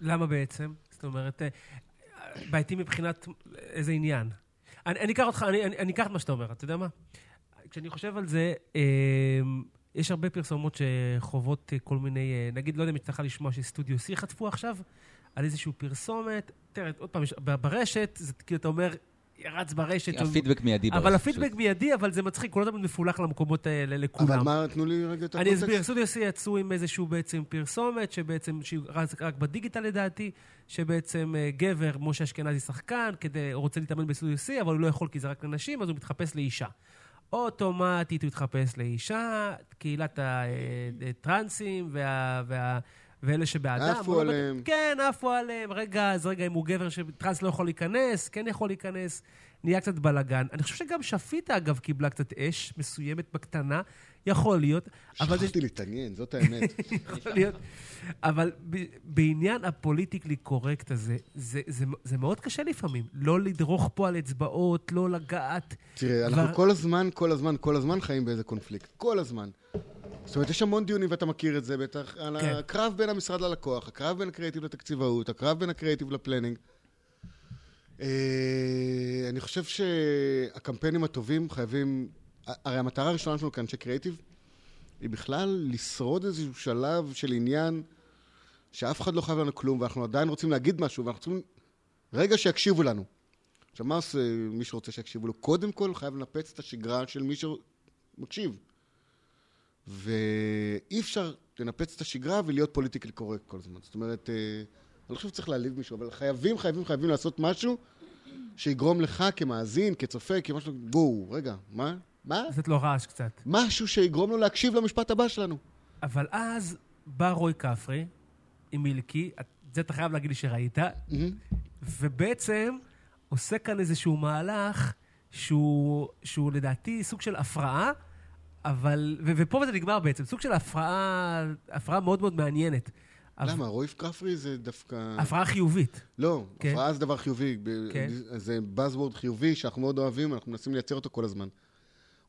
S1: למה בעצם? זאת אומרת, אה, בעייתי מבחינת איזה עניין. אני, אני אקח אותך, אני, אני, אני אקח את מה שאתה אומר, אתה יודע מה? כשאני חושב על זה, אה, יש הרבה פרסומות שחוות אה, כל מיני, אה, נגיד, לא יודע אם יצא לך לשמוע שסטודיו C חטפו עכשיו, על איזושהי פרסומת, תראה, עוד פעם, יש- ב- ברשת, זה כאילו אתה אומר, רץ ברשת.
S2: הפידבק מיידי.
S1: אבל
S2: ברשת,
S1: הפידבק
S2: פשוט.
S1: מיידי, אבל זה מצחיק, הוא לא תמיד מפולח למקומות האלה, לכולם.
S3: אבל מה, תנו לי רגע את
S1: אני
S3: הקונטקסט.
S1: אסביר, סטודיו C יצאו עם איזשהו בעצם פרסומת, שבעצם, שהיא רצ- רק בדיגיטל לדעתי, שבעצם אה, גבר, משה אשכנזי שחקן, כדי, הוא רוצה להתאמן בסטודיו C, אבל הוא לא יכול כי זה רק לנשים, אז הוא מתחפש לאישה. אוטומטית הוא התחפש לאישה, קהילת הטרנסים וה... וה ואלה שבאדם.
S3: עפו
S1: הוא לא
S3: עליהם.
S1: בטוח- כן, עפו עליהם. רגע, אז רגע, אם הוא גבר שטרנס לא יכול להיכנס, כן יכול להיכנס. נהיה קצת בלאגן. אני חושב שגם שפיטה, אגב, קיבלה קצת אש מסוימת בקטנה. יכול להיות, אבל זה
S3: שכחתי להתעניין, זאת האמת.
S1: יכול להיות. אבל ב- בעניין הפוליטיקלי קורקט הזה, זה, זה, זה מאוד קשה לפעמים. לא לדרוך פה על אצבעות, לא לגעת.
S3: תראה, אנחנו
S1: כבר-
S3: כל הזמן, כל הזמן, כל הזמן חיים באיזה קונפליקט. כל הזמן. זאת אומרת, יש המון דיונים, ואתה מכיר את זה בטח, על
S1: כן.
S3: הקרב בין המשרד ללקוח, הקרב בין הקריאיטיב לתקציבאות, הקרב בין הקריאיטיב לפלנינג. אה, אני חושב שהקמפיינים הטובים חייבים... הרי המטרה הראשונה שלנו כאנשי קריאיטיב היא בכלל לשרוד איזשהו שלב של עניין שאף אחד לא חייב לנו כלום, ואנחנו עדיין רוצים להגיד משהו, ואנחנו צריכים רגע שיקשיבו לנו. עכשיו, מה עושה מי שרוצה שיקשיבו לו? קודם כל, חייב לנפץ את השגרה של מי שמקשיב. ואי אפשר לנפץ את השגרה ולהיות פוליטיקלי קורקט כל הזמן. זאת אומרת, אה, אני לא חושב שצריך להעליב מישהו, אבל חייבים, חייבים, חייבים לעשות משהו שיגרום לך כמאזין, כצופה, כמשהו, בואו, רגע, מה? מה?
S1: לתת לו לא רעש קצת.
S3: משהו שיגרום לו להקשיב למשפט הבא שלנו.
S1: אבל אז בא רוי כפרי עם מילקי, את- זה אתה חייב להגיד לי שראית, ובעצם עושה כאן איזשהו מהלך שהוא, שהוא לדעתי סוג של הפרעה, אבל, ו- ופה זה נגמר בעצם, סוג של הפרעה, הפרעה מאוד מאוד מעניינת.
S3: למה? רויף כפרי זה דווקא...
S1: הפרעה חיובית.
S3: לא,
S1: כן.
S3: הפרעה זה דבר חיובי. ב-
S1: כן.
S3: זה buzzword חיובי שאנחנו מאוד אוהבים, אנחנו מנסים לייצר אותו כל הזמן.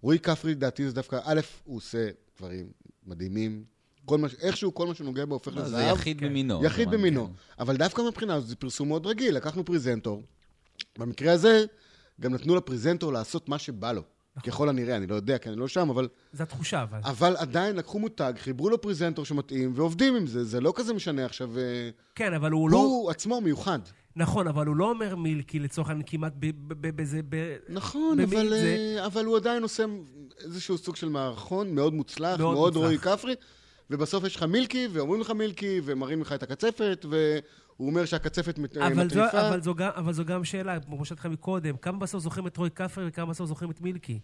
S3: רועי כפרי, לדעתי, זה דווקא, א', הוא עושה דברים מדהימים. כל מה, ש- איכשהו כל מה שנוגע בו הופך
S2: לא, זה
S3: לזהב.
S2: יחיד במינו.
S3: כן. יחיד
S2: כמובן,
S3: במינו.
S2: כן.
S3: אבל דווקא מהבחינה הזאת זה פרסום מאוד רגיל. לקחנו פריזנטור, במקרה הזה גם נתנו לפריזנטור לעשות מה שבא לו.
S1: נכון.
S3: ככל הנראה, אני לא יודע, כי אני לא שם, אבל
S1: זו התחושה, אבל.
S3: אבל עדיין לקחו מותג, חיברו לו פריזנטור שמתאים, ועובדים עם זה. זה לא כזה משנה עכשיו. אה,
S1: כן, אבל הוא לא...
S3: הוא עצמו מיוחד.
S1: נכון, אבל הוא לא אומר מילקי לצורך העניין כמעט ב- ב- ב- בזה... ב-
S3: נכון,
S1: במין
S3: אבל,
S1: זה-
S3: אה, אבל הוא עדיין עושה איזשהו סוג של מערכון מאוד
S1: מאוד
S3: מוצלח, מאוד, מאוד רועי
S1: מוצלח.
S3: כפרי, ובסוף יש לך מילקי, ואומרים לך מילקי, ומראים לך את הקצפת, והוא אומר שהקצפת מת-
S1: אבל זו,
S3: מטריפה.
S1: אבל, זו גם, אבל זו גם שאלה, כמו שאלתי לך מקודם, כמה בסוף זוכרים את רוי כפרי וכמה בסוף זוכרים את מילקי?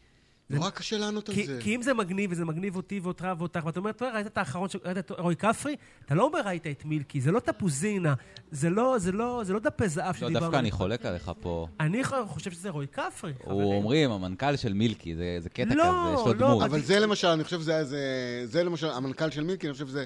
S3: נורא לא קשה לענות על
S1: כי,
S3: זה.
S1: כי אם זה מגניב, וזה מגניב אותי ואותך ואותך, ואתה אומר, "טוב, ראית את האחרון, ש- ראית את רוי כפרי? אתה לא אומר ראית את מילקי, זה לא תפוזינה, זה לא, זה לא, זה לא דפי זהב
S2: לא,
S1: שדיברנו.
S2: דווקא אני חולק עליך פה.
S1: אני ח- חושב שזה רוי כפרי, חברים.
S2: הוא אומרים, המנכ"ל של מילקי, זה זה קטע
S1: לא,
S2: כזה, יש לו
S1: לא,
S2: דמות.
S3: אבל זה למשל, אני חושב שזה היה איזה... זה למשל, המנכ"ל של מילקי, אני חושב שזה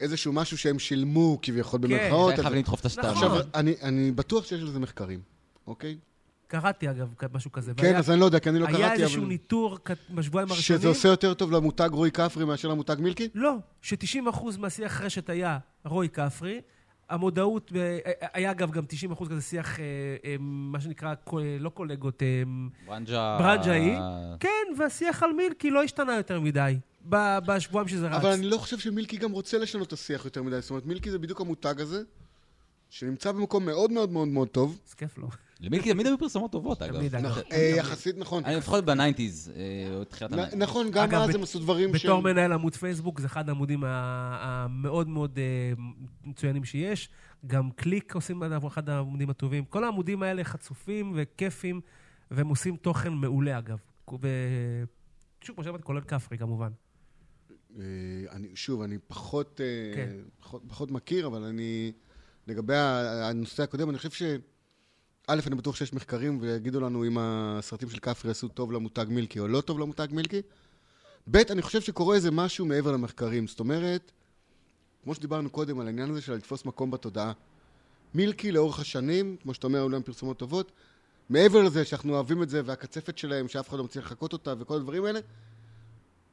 S3: איזשהו משהו שהם שילמו כביכול
S1: כן.
S3: במרכאות.
S2: זה
S3: אז-
S2: חייב לדחוף את השטר.
S1: נכון.
S3: עכשיו, אני- אני בטוח שיש לזה מחקרים, אוקיי?
S1: קראתי אגב משהו כזה.
S3: כן, אז אני לא יודע, כי אני לא
S1: היה
S3: קראתי,
S1: איזשהו
S3: אבל...
S1: ניטור כת- בשבועיים הראשונים.
S3: שזה עושה יותר טוב למותג רועי כפרי מאשר למותג מילקי?
S1: לא, ש-90% מהשיח רשת היה רוי כפרי. המודעות, אה, היה אגב גם 90% כזה שיח, אה, אה, מה שנקרא, קו- אה, לא קולגות, אה,
S2: ברנג'ה...
S1: ברנג'אי.
S3: אה.
S1: כן, והשיח על מילקי לא השתנה יותר מדי ב- בשבועיים שזה רץ.
S3: אבל אני לא חושב שמילקי גם רוצה לשנות את השיח יותר מדי. זאת אומרת, מילקי זה בדיוק המותג הזה, שנמצא במקום מאוד מאוד מאוד מאוד טוב.
S1: אז כיף לו.
S2: למילקי תמיד היו פרסומות טובות, אגב.
S1: תמיד, אגב.
S2: נכון.
S3: אה, יחסית נכון.
S2: אני לפחות בניינטיז, אה, או תחילת
S3: נ-
S2: הניינטיז.
S3: נכון, גם
S1: אגב,
S3: אז
S1: בת-
S3: הם עשו דברים
S1: בתור מנהל עמוד פייסבוק, זה אחד העמודים ה- המאוד מאוד אה, מצוינים שיש. גם קליק עושים עליו אחד העמודים הטובים. כל העמודים האלה חצופים וכיפים, והם עושים תוכן מעולה, אגב. ו... שוב, כמו שאמרתי, כולל כפרי כמובן.
S3: אה, אני- שוב, אני פחות, אה,
S1: כן.
S3: פחות- פחות מכיר, אבל אני... לגבי ה- הנושא הקודם, אני חושב ש... א', אני בטוח שיש מחקרים ויגידו לנו אם הסרטים של כפרי עשו טוב למותג מילקי או לא טוב למותג מילקי. ב', אני חושב שקורה איזה משהו מעבר למחקרים. זאת אומרת, כמו שדיברנו קודם על העניין הזה של לתפוס מקום בתודעה. מילקי לאורך השנים, כמו שאתה אומר, היו להם פרסומות טובות. מעבר לזה שאנחנו אוהבים את זה, והקצפת שלהם, שאף אחד לא מצליח לחקות אותה, וכל הדברים האלה,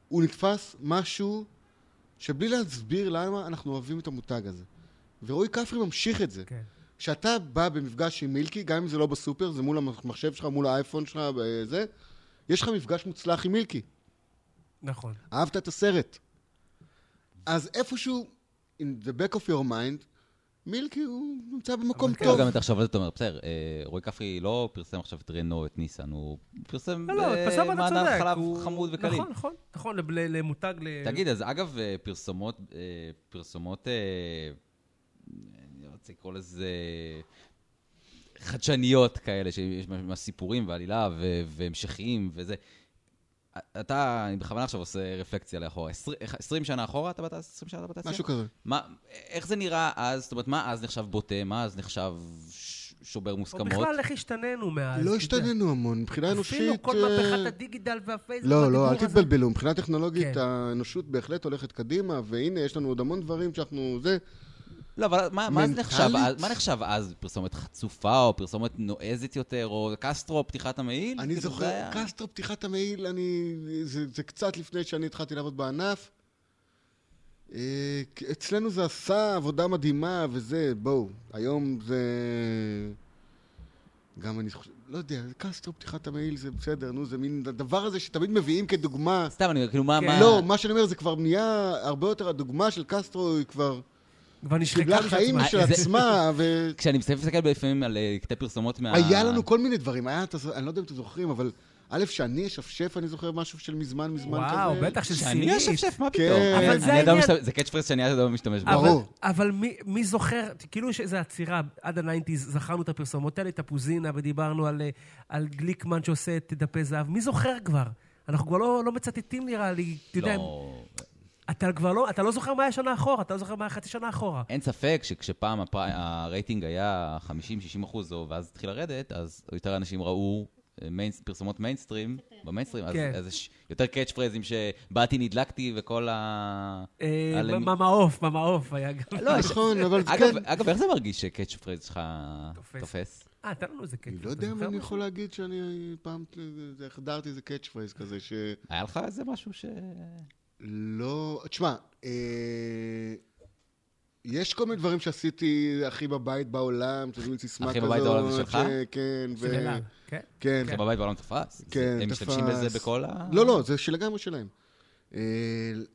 S3: הוא נתפס משהו שבלי להסביר למה אנחנו אוהבים את המותג הזה. ורועי כפרי ממשיך את זה.
S1: כן.
S3: כשאתה בא במפגש עם מילקי, גם אם זה לא בסופר, זה מול המחשב שלך, מול האייפון שלך, אה, זה, יש לך מפגש מוצלח עם מילקי.
S1: נכון.
S3: אהבת את הסרט. אז איפשהו, in the back of your mind, מילקי הוא נמצא במקום
S1: אבל כן,
S3: טוב.
S2: גם אתה לא עכשיו, אתה אומר, בסדר, אה, רועי כפרי לא פרסם עכשיו את רנו, את ניסן, הוא פרסם
S1: לא, לא,
S2: אה,
S1: פסם אתה
S2: מעדן
S1: צודק.
S2: חלב
S1: הוא-
S2: חמוד וקליל.
S1: נכון, נכון, נכון, לב- ל- למותג ל...
S2: תגיד, אז אגב, אה, פרסומות, אה, פרסומות, אה, אני לא רוצה לקרוא לזה חדשניות כאלה, שיש ממש סיפורים ועלילה ו- והמשכיים וזה. אתה, אני בכוונה עכשיו עושה רפלקציה לאחורה. 20, 20 שנה אחורה אתה בתעשייה? 20 שנה אתה בתעשייה?
S3: משהו כזה.
S2: מה, איך זה נראה אז? זאת אומרת, מה אז נחשב בוטה? מה אז נחשב ש- שובר
S1: או
S2: מוסכמות.
S1: בכלל, איך השתננו מאז?
S3: לא
S1: אתה יודע.
S3: השתננו המון, מבחינה אנושית...
S1: אפילו כל
S3: אה,
S1: מהפכת הדיגיטל והפייסבוק,
S3: לא,
S1: הדיבור
S3: לא, אל
S1: הזה.
S3: תתבלבלו. מבחינה טכנולוגית
S1: כן.
S3: האנושות בהחלט הולכת קדימה, והנה, יש לנו עוד המון דברים שאנחנו... זה...
S2: לא, אבל מה, מה,
S3: מנטלית?
S2: נחשב, אז- מה נחשב אז? פרסומת חצופה, או פרסומת נועזת יותר, או קסטרו, פתיחת המעיל?
S3: אני
S2: כאילו, זה
S3: זוכר,
S2: היה-
S3: קסטרו, פתיחת המעיל, אני... זה זה קצת לפני שאני התחלתי לעבוד בענף. אה, אצלנו זה עשה עבודה מדהימה, וזה, בואו, היום זה... גם אני חושב, לא יודע, קסטרו, פתיחת המעיל, זה בסדר, נו, זה מין הדבר הזה שתמיד מביאים כדוגמה.
S2: סתם, אני אומר, כאילו, מה...
S1: כן.
S2: מה...
S3: לא, מה שאני אומר, זה כבר נהיה הרבה יותר, הדוגמה של קסטרו היא כבר
S1: כבר נשחקה
S3: קיבלה
S1: משל
S3: חיים
S1: עצמה.
S3: של
S2: זה- אה.
S3: עצמה, ו...
S2: כשאני מסתכל מסתכל לפעמים על אה, קטעי פרסומות מה...
S3: היה לנו כל מיני דברים, היה, אתה זו- אני לא יודע אם אתם זוכרים, אבל א', שאני אשפשף, אני זוכר משהו של מזמן, מזמן
S1: וואו,
S3: כזה.
S1: בטח של סינית.
S2: שאני אשפשף, מה
S3: כן.
S2: פתאום?
S3: אבל
S2: אני
S1: זה
S2: עדיין
S1: העניין.
S2: משתמש- זה קאץ' פרס שאני עד היום משתמש בו.
S1: אבל-
S3: ברור.
S1: אבל מי- מי זוכר, כאילו יש איזו עצירה, עד הניינטיז זכרנו את הפרסומות האלה, את הפוזינה, ודיברנו על, אה, על גליקמן שעושה את דפי זהב. מי זוכר כבר? אנחנו כבר לא, לא מצטטים נראה לי, אתה יודע,
S2: לא,
S1: אתה כבר לא, אתה לא זוכר מה היה שנה אחורה, אתה לא זוכר מה היה חצי שנה אחורה.
S2: אין ספק שכשפעם הפר- הרייטינג היה 50-60 אחוז, ואז התחיל לרדת, אז יותר אנשים ראו אה, מיינס- פרסומות מיינסטרים, במיינסטרים, אז-
S1: כן.
S2: אז יש יותר קאץ' פרזים שבאתי, נדלקתי וכל ה...
S1: אה,
S2: על-
S1: ממה עוף, ממה עוף היה גם.
S2: לא, יש-
S3: נכון, אבל כן.
S2: אגב, אגב, איך זה מרגיש שקאץ' פרייז שלך
S1: תופס.
S2: תופס?
S1: אה, תן לנו איזה קטע.
S3: אני לא יודע אם אני יכול להגיד שאני פעם אה, החדרתי איזה קאץ' פרייז כזה,
S2: היה לך איזה משהו ש...
S3: שלא... תשמע, אה, יש כל מיני דברים שעשיתי, אחי בבית בעולם, שזה מין סיסמה כזאת.
S2: אחי בבית בעולם זה שלך?
S3: ש- כן, ו...
S1: כן?
S3: כן,
S2: זה בבית בעולם תפס? זה-
S3: כן,
S2: הם משתמשים
S3: תפס.
S2: בזה בכל ה...
S3: לא, לא, זה שלגמרי שלהם. אה,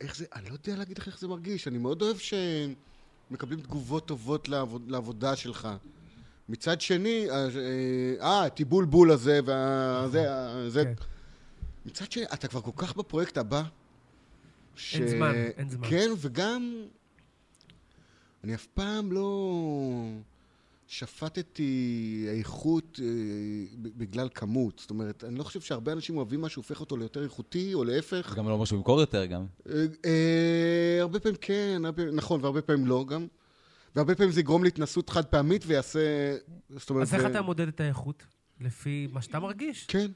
S3: איך זה, אני לא יודע להגיד לך איך זה מרגיש. אני מאוד אוהב שמקבלים תגובות טובות לעבוד, לעבודה שלך. מצד שני, אה, אה, הטיבול בול הזה וה... זה, ה- זה.
S1: כן.
S3: מצד שני, אתה כבר כל כך בפרויקט הבא. ש...
S1: אין זמן, אין זמן.
S3: כן, וגם... אני אף פעם לא שפטתי איכות אה, ב- בגלל כמות. זאת אומרת, אני לא חושב שהרבה אנשים אוהבים משהו, הופך אותו ליותר איכותי, או להפך.
S2: גם לא משהו למכור יותר גם.
S3: אה, אה, הרבה פעמים כן, הרבה, נכון, והרבה פעמים לא גם. והרבה פעמים זה יגרום להתנסות חד פעמית ויעשה... זאת אומרת...
S1: אז איך
S3: זה-
S1: אתה מודד את האיכות? לפי מה שאתה מרגיש?
S3: כן,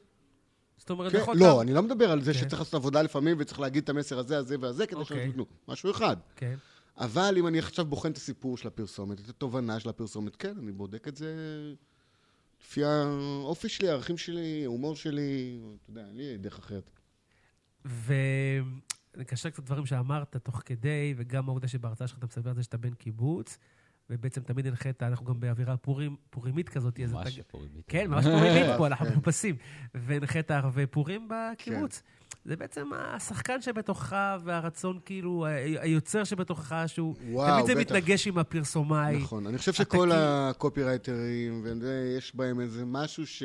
S1: זאת אומרת,
S3: כן.
S1: יכול להיות...
S3: לא, אני לא מדבר על זה
S1: כן.
S3: שצריך לעשות עבודה לפעמים וצריך להגיד את המסר הזה, הזה והזה, כדי
S1: אוקיי.
S3: שאנשים יתנו. משהו אחד.
S1: כן.
S3: אבל אם אני עכשיו בוחן את הסיפור של הפרסומת, את התובנה של הפרסומת, כן, אני בודק את זה לפי האופי שלי, הערכים שלי, ההומור שלי, אתה יודע, אין לי דרך אחרת.
S1: ונקשר קצת דברים שאמרת תוך כדי, וגם העובדה שבהרצאה שלך אתה מספר על זה שאתה בן קיבוץ, ובעצם תמיד הנחית, אנחנו גם באווירה פורים, פורימית כזאת. אז
S2: ממש
S1: אתה...
S2: פורימית.
S1: כן, ממש פורימית פה, אנחנו
S3: כן.
S1: מחופשים. והנחית ערבי פורים בקיבוץ.
S3: כן.
S1: זה בעצם השחקן שבתוכך, והרצון כאילו, ה- היוצר שבתוכך, שהוא...
S3: וואו,
S1: תמיד זה
S3: בטח.
S1: מתנגש עם הפרסומאי.
S3: נכון, אני חושב
S1: אתה
S3: שכל
S1: כאילו-
S3: הקופירייטרים, וזה, יש בהם איזה משהו ש...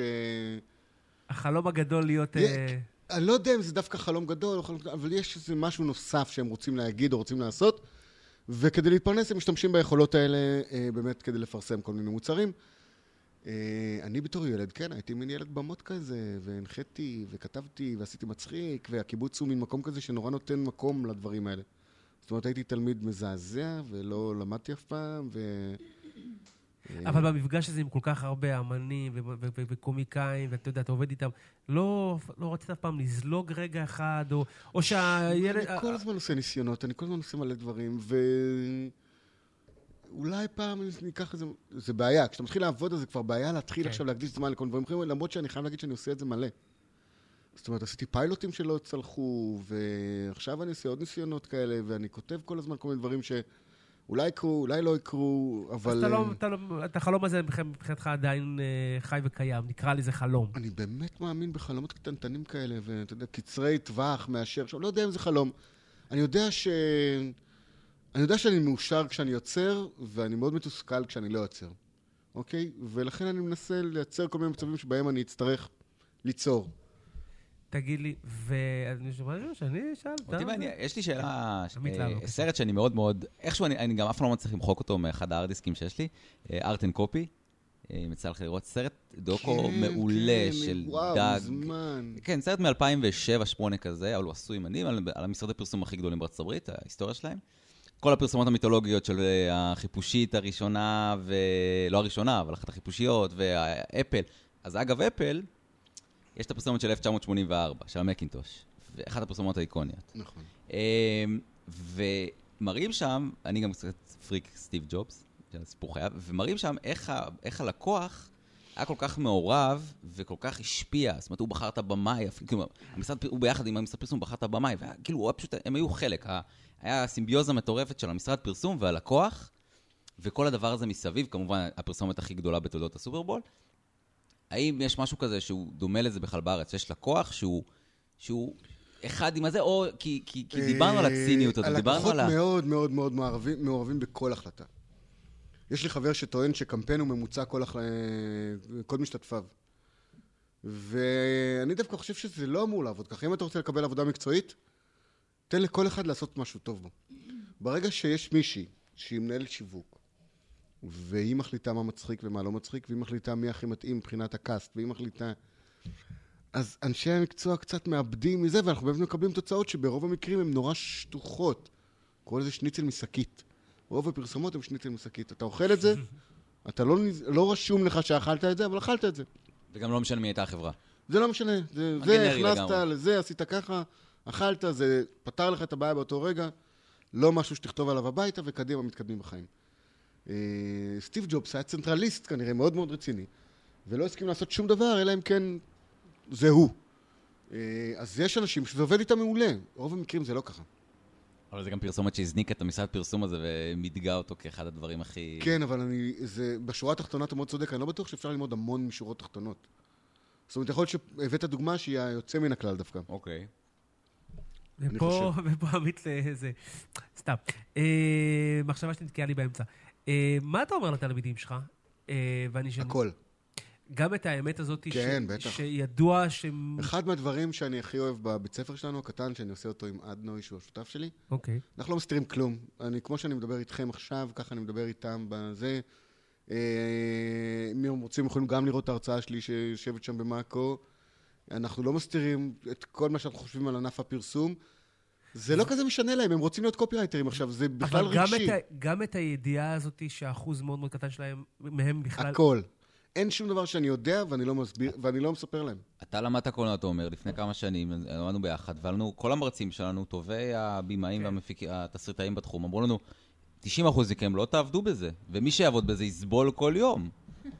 S1: החלום הגדול להיות...
S3: אה,
S1: אה,
S3: אני לא יודע אם זה דווקא חלום גדול, או חלום- אבל יש איזה משהו נוסף שהם רוצים להגיד או רוצים לעשות, וכדי להתפרנס הם משתמשים ביכולות האלה אה, באמת כדי לפרסם כל מיני מוצרים. אה, אני בתור ילד, כן, הייתי מין ילד במות כזה, והנחיתי, וכתבתי, ועשיתי מצחיק, והקיבוץ הוא מין מקום כזה שנורא נותן מקום לדברים האלה. זאת אומרת, הייתי תלמיד מזעזע, ולא למדתי אף פעם, ו...
S1: אבל במפגש הזה עם כל כך הרבה אמנים ו- ו- ו- וקומיקאים, ואתה יודע, אתה עובד איתם, לא, לא רצית אף פעם לזלוג רגע אחד, או, או שהילד...
S3: אני כל הזמן עושה ניסיונות, אני כל הזמן עושה מלא דברים, ו... אולי פעם ניקח איזה... זה בעיה, כשאתה מתחיל לעבוד אז זה כבר בעיה להתחיל
S1: כן.
S3: עכשיו להקדיש זמן לכל מיני דברים אחרים, למרות שאני חייב להגיד שאני עושה את זה מלא. זאת אומרת, עשיתי פיילוטים שלא צלחו, ועכשיו אני עושה עוד ניסיונות כאלה, ואני כותב כל הזמן כל מיני דברים שאולי יקרו, אולי לא יקרו, אבל...
S1: אז אתה
S3: אה,
S1: לא, אתה לא, את החלום הזה מבח- מבחינתך עדיין אה, חי וקיים, נקרא לזה חלום.
S3: אני באמת מאמין בחלומות קטנטנים כאלה, ואתה יודע, קצרי טווח מאשר, עכשיו, לא יודע אם זה חלום. אני יודע ש... אני יודע שאני מאושר כשאני יוצר, ואני מאוד מתוסכל כשאני לא יוצר, אוקיי? ולכן אני מנסה לייצר כל מיני מצבים שבהם אני אצטרך ליצור.
S1: תגיד לי, ואני שומע שאני אשאל,
S2: אותי מעניין, יש לי שאלה,
S1: עמית
S2: אה,
S1: להב, בבקשה.
S2: סרט שאני מאוד מאוד, איכשהו אני אני גם אף פעם לא מצליח למחוק אותו מאחד הארדיסקים שיש לי, אה, ארט אנד קופי, אה, יצא לך לראות סרט דוקו
S3: כן,
S2: מעולה
S3: כן,
S2: של
S3: וואו,
S2: דג.
S3: מזמן.
S2: כן, סרט מ-2007-2008 כזה, אבל הוא עשוי מדהים, על, על המשרדי פרסום הכי גדולים בארצות הברית, ההיסטוריה שלהם. כל הפרסומות המיתולוגיות של אה, החיפושית הראשונה, ולא הראשונה, אבל אחת החיפושיות, והאפל. אז אגב, אפל, יש את הפרסומת של 1984, של המקינטוש. אחת הפרסומות האיקוניות.
S3: נכון.
S2: אמ, ומראים שם, אני גם קצת פריק סטיב ג'ובס, זה סיפור חייו, ומראים שם איך, ה, איך הלקוח היה כל כך מעורב וכל כך השפיע. זאת אומרת, הוא בחר את הבמאי, אפילו, כאילו, המשרד, פר- הוא ביחד עם המשרד פרסום בחר את הבמאי, וכאילו, הוא היה פשוט, הם היו חלק. ה, היה סימביוזה מטורפת של המשרד פרסום והלקוח, וכל הדבר הזה מסביב, כמובן, הפרסומת הכי גדולה בתולדות הסופרבול. האם יש משהו כזה שהוא דומה לזה בכלל בארץ? יש לקוח שהוא, שהוא אחד עם הזה, או כי, כי, כי דיברנו על הציניות הזאת, דיברנו על ה...
S3: הלקוחות אה, מאוד מאוד מאוד מערבים- מעורבים בכל החלטה. יש לי חבר שטוען שקמפיין הוא ממוצע כל, החל... כל משתתפיו. ואני דווקא חושב שזה לא אמור לעבוד ככה. אם אתה רוצה לקבל עבודה מקצועית, תן לכל אחד לעשות משהו טוב בו. ברגע שיש מישהי שהיא מנהלת שיווק, והיא מחליטה מה מצחיק ומה לא מצחיק, והיא מחליטה מי הכי מתאים מבחינת הקאסט, והיא מחליטה... אז אנשי המקצוע קצת מאבדים מזה, ואנחנו באמת מקבלים תוצאות שברוב המקרים הן נורא שטוחות. קורא לזה שניצל משקית. רוב הפרסומות הן שניצל משקית. אתה אוכל את זה, אתה לא, נז- לא רשום לך שאכלת את זה, אבל אכלת את זה.
S2: וגם לא משנה מי הייתה החברה.
S3: זה לא משנה. זה, זה
S2: הגנרי
S3: הכנסת,
S2: לגמרי.
S3: לזה עשית ככה, אכלת, זה פתר לך את הבעיה באותו רגע. לא משהו שתכתוב עליו הביתה, וקדימה מתקדמים בחיים. אה, סטיב ג'ובס היה צנטרליסט כנראה, מאוד מאוד רציני, ולא הסכים לעשות שום דבר, אלא אם כן זה הוא. אה, אז יש אנשים שזה עובד איתם מעולה, רוב המקרים זה לא ככה.
S2: אבל זה גם פרסומת שהזניקה את המשרד פרסום הזה ומיתגה אותו כאחד הדברים הכי...
S3: כן, אבל אני, זה, בשורה התחתונה אתה מאוד צודק, אני לא בטוח שאפשר ללמוד המון משורות תחתונות. זאת אומרת, יכול להיות שהבאת דוגמה שהיא היוצא מן הכלל דווקא.
S2: אוקיי.
S1: ופה, ופה עמית לזה, סתם. אה, מחשבה שנתקעה לי באמצע. אה, מה אתה אומר לתלמידים שלך? אה, ואני שם...
S3: הכל.
S1: גם את האמת הזאת,
S3: כן, בטח.
S1: שידוע שהם...
S3: אחד מהדברים שאני הכי אוהב בבית ספר שלנו, הקטן, שאני עושה אותו עם אדנוי, שהוא השותף שלי,
S1: אוקיי.
S3: אנחנו לא מסתירים כלום. אני, כמו שאני מדבר איתכם עכשיו, ככה אני מדבר איתם בזה. אה, אם הם רוצים, יכולים גם לראות את ההרצאה שלי שיושבת שם במאקו. אנחנו לא מסתירים את כל מה שאנחנו חושבים על ענף הפרסום. זה לא כזה משנה להם, הם רוצים להיות קופירייטרים עכשיו, זה בכלל
S1: אבל גם
S3: רגשי.
S1: את ה- גם את הידיעה הזאת שאחוז מאוד מאוד קטן שלהם, מהם בכלל...
S3: הכל. אין שום דבר שאני יודע ואני לא מסביר, ואני לא מספר להם.
S2: אתה למדת קולנוע, אתה אומר, לפני כמה שנים, למדנו ביחד, ועלנו, כל המרצים שלנו, טובי הבימאים
S1: כן.
S2: והמפיקים, התסריטאים בתחום, אמרו לנו, 90% מכם לא תעבדו בזה, ומי שיעבוד בזה יסבול כל יום,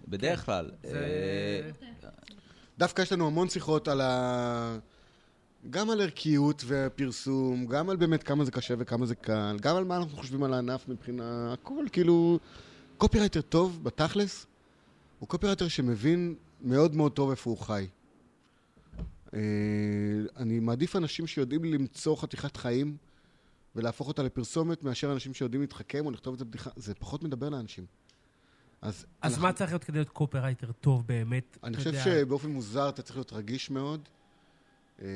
S2: בדרך כלל.
S1: כן. זה-
S2: אה,
S3: דווקא יש לנו המון שיחות על ה... גם על ערכיות והפרסום, גם על באמת כמה זה קשה וכמה זה קל, גם על מה אנחנו חושבים על הענף מבחינה... הכל, כאילו... קופירייטר טוב, בתכלס, הוא קופירייטר שמבין מאוד מאוד טוב איפה הוא חי. אה, אני מעדיף אנשים שיודעים למצוא חתיכת חיים ולהפוך אותה לפרסומת, מאשר אנשים שיודעים להתחכם או לכתוב את זה בדיחה. זה פחות מדבר לאנשים. אז,
S1: אז
S3: אנחנו-
S1: מה צריך להיות כדי להיות קופרייטר טוב באמת?
S3: אני
S1: אתה
S3: חושב
S1: יודע,
S3: שבאופן מוזר אתה צריך להיות רגיש מאוד. אה,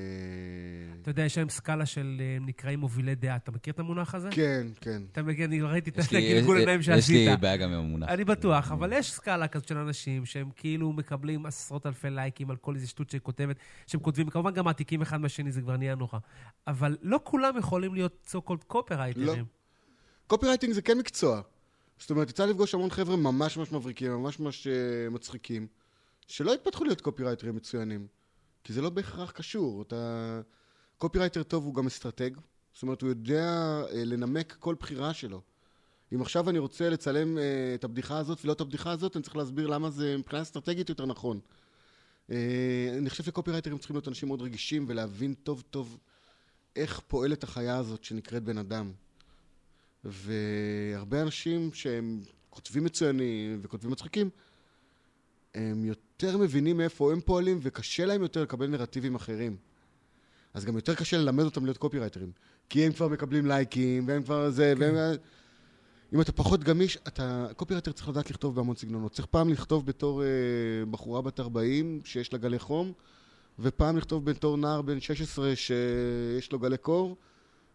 S1: אתה יודע, יש להם סקאלה של אה, הם נקראים מובילי דעה. אתה מכיר את המונח הזה?
S3: כן, כן.
S1: אתה מכיר, אני ראיתי את
S2: יש לי-
S1: הגלגול
S2: יש-
S1: עיניים
S2: יש לי
S1: שעשית.
S2: בעיה אה. גם עם המונח.
S1: אני בטוח, אבל יש סקאלה כזאת של אנשים שהם כאילו מקבלים עשרות אלפי לייקים על כל איזה שטות שהיא כותבת, שהם כותבים, כמובן גם מעתיקים אחד מהשני, זה כבר נהיה נורא. אבל לא כולם יכולים להיות so called
S3: לא.
S1: קופרייטרים.
S3: קופירייטינג זה כן מקצוע. זאת אומרת, יצא לפגוש המון חבר'ה ממש ממש מבריקים, ממש ממש אה, מצחיקים, שלא התפתחו להיות קופירייטרים מצוינים. כי זה לא בהכרח קשור. אתה... קופירייטר טוב הוא גם אסטרטג. זאת אומרת, הוא יודע אה, לנמק כל בחירה שלו. אם עכשיו אני רוצה לצלם אה, את הבדיחה הזאת ולא את הבדיחה הזאת, אני צריך להסביר למה זה מבחינה אסטרטגית יותר נכון. אה, אני חושב שקופירייטרים צריכים להיות אנשים מאוד רגישים ולהבין טוב טוב איך פועלת החיה הזאת שנקראת בן אדם. והרבה אנשים שהם כותבים מצוינים וכותבים מצחיקים, הם יותר מבינים מאיפה הם פועלים וקשה להם יותר לקבל נרטיבים אחרים. אז גם יותר קשה ללמד אותם להיות קופירייטרים. כי הם כבר מקבלים לייקים, והם כבר זה, והם... אם אתה פחות גמיש, אתה... קופירייטר צריך לדעת לכתוב בהמון סגנונות. צריך פעם לכתוב בתור אה, בחורה בת 40 שיש לה גלי חום, ופעם לכתוב בתור נער בן 16 שיש לו גלי קור,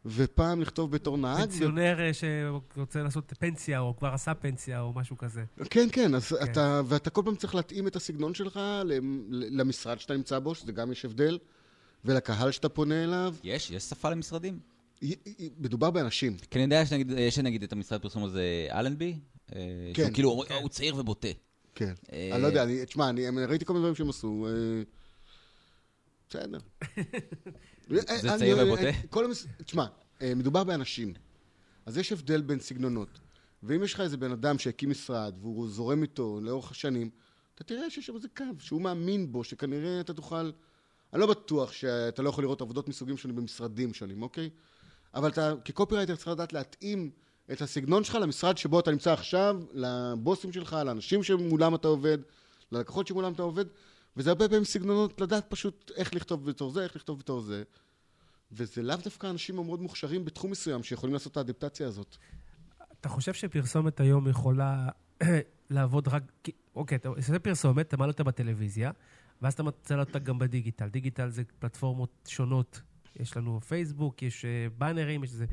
S3: ופעם לכתוב בתור נהג,
S1: פנסיונר אה, שרוצה לעשות פנסיה, או כבר עשה פנסיה, או משהו כזה.
S3: כן, כן, אז כן. אתה, ואתה כל פעם צריך להתאים את הסגנון שלך למ- למשרד שאתה נמצא בו, שזה גם יש הבדל, ולקהל שאתה פונה אליו.
S2: יש, יש שפה למשרדים.
S3: היא- היא- מדובר באנשים.
S2: כי אני יודע שנגיד, יש נגיד את המשרד פרסום הזה, אלנבי, אה, שהוא
S3: כן.
S2: כאילו, הוא- הוא צעיר ובוטה.
S3: כן.
S2: אה,
S3: אני לא יודע, אני- תשמע, אני אני ראיתי כל מיני דברים שהם עשו. אה, בסדר.
S2: זה
S3: אה, אני-
S2: צעיר
S3: אני-
S2: ובוטה?
S3: כל המס- תשמע, אה, מדובר באנשים. אז יש הבדל בין סגנונות. ואם יש לך איזה בן אדם שהקים משרד, והוא זורם איתו לאורך השנים, אתה תראה שיש שם איזה קו שהוא מאמין בו, שכנראה אתה תוכל... אני לא בטוח שאתה לא יכול לראות עבודות מסוגים שונים במשרדים שונים, אוקיי? אבל אתה כקופירייטר צריך לדעת להתאים את הסגנון שלך למשרד שבו אתה נמצא עכשיו, לבוסים שלך, לאנשים שמולם אתה עובד, ללקוחות שמולם אתה עובד, וזה הרבה פעמים סגנונות לדעת פשוט איך לכתוב בתור זה, איך לכתוב בתור זה. וזה לאו דווקא אנשים המאוד מוכשרים בתחום מסוים שיכולים לעשות את האדפטציה הזאת.
S1: אתה חושב שפרסומת היום יכולה לעבוד רק... כי- אוקיי, אתה עושה פרסומת, אתה מעלה אותה בטלוויזיה, ואז אתה מצל אותה גם בדיגיטל. דיגיטל זה פלטפורמות שונות. יש לנו פייסבוק, יש אה, באנרים, יש זה.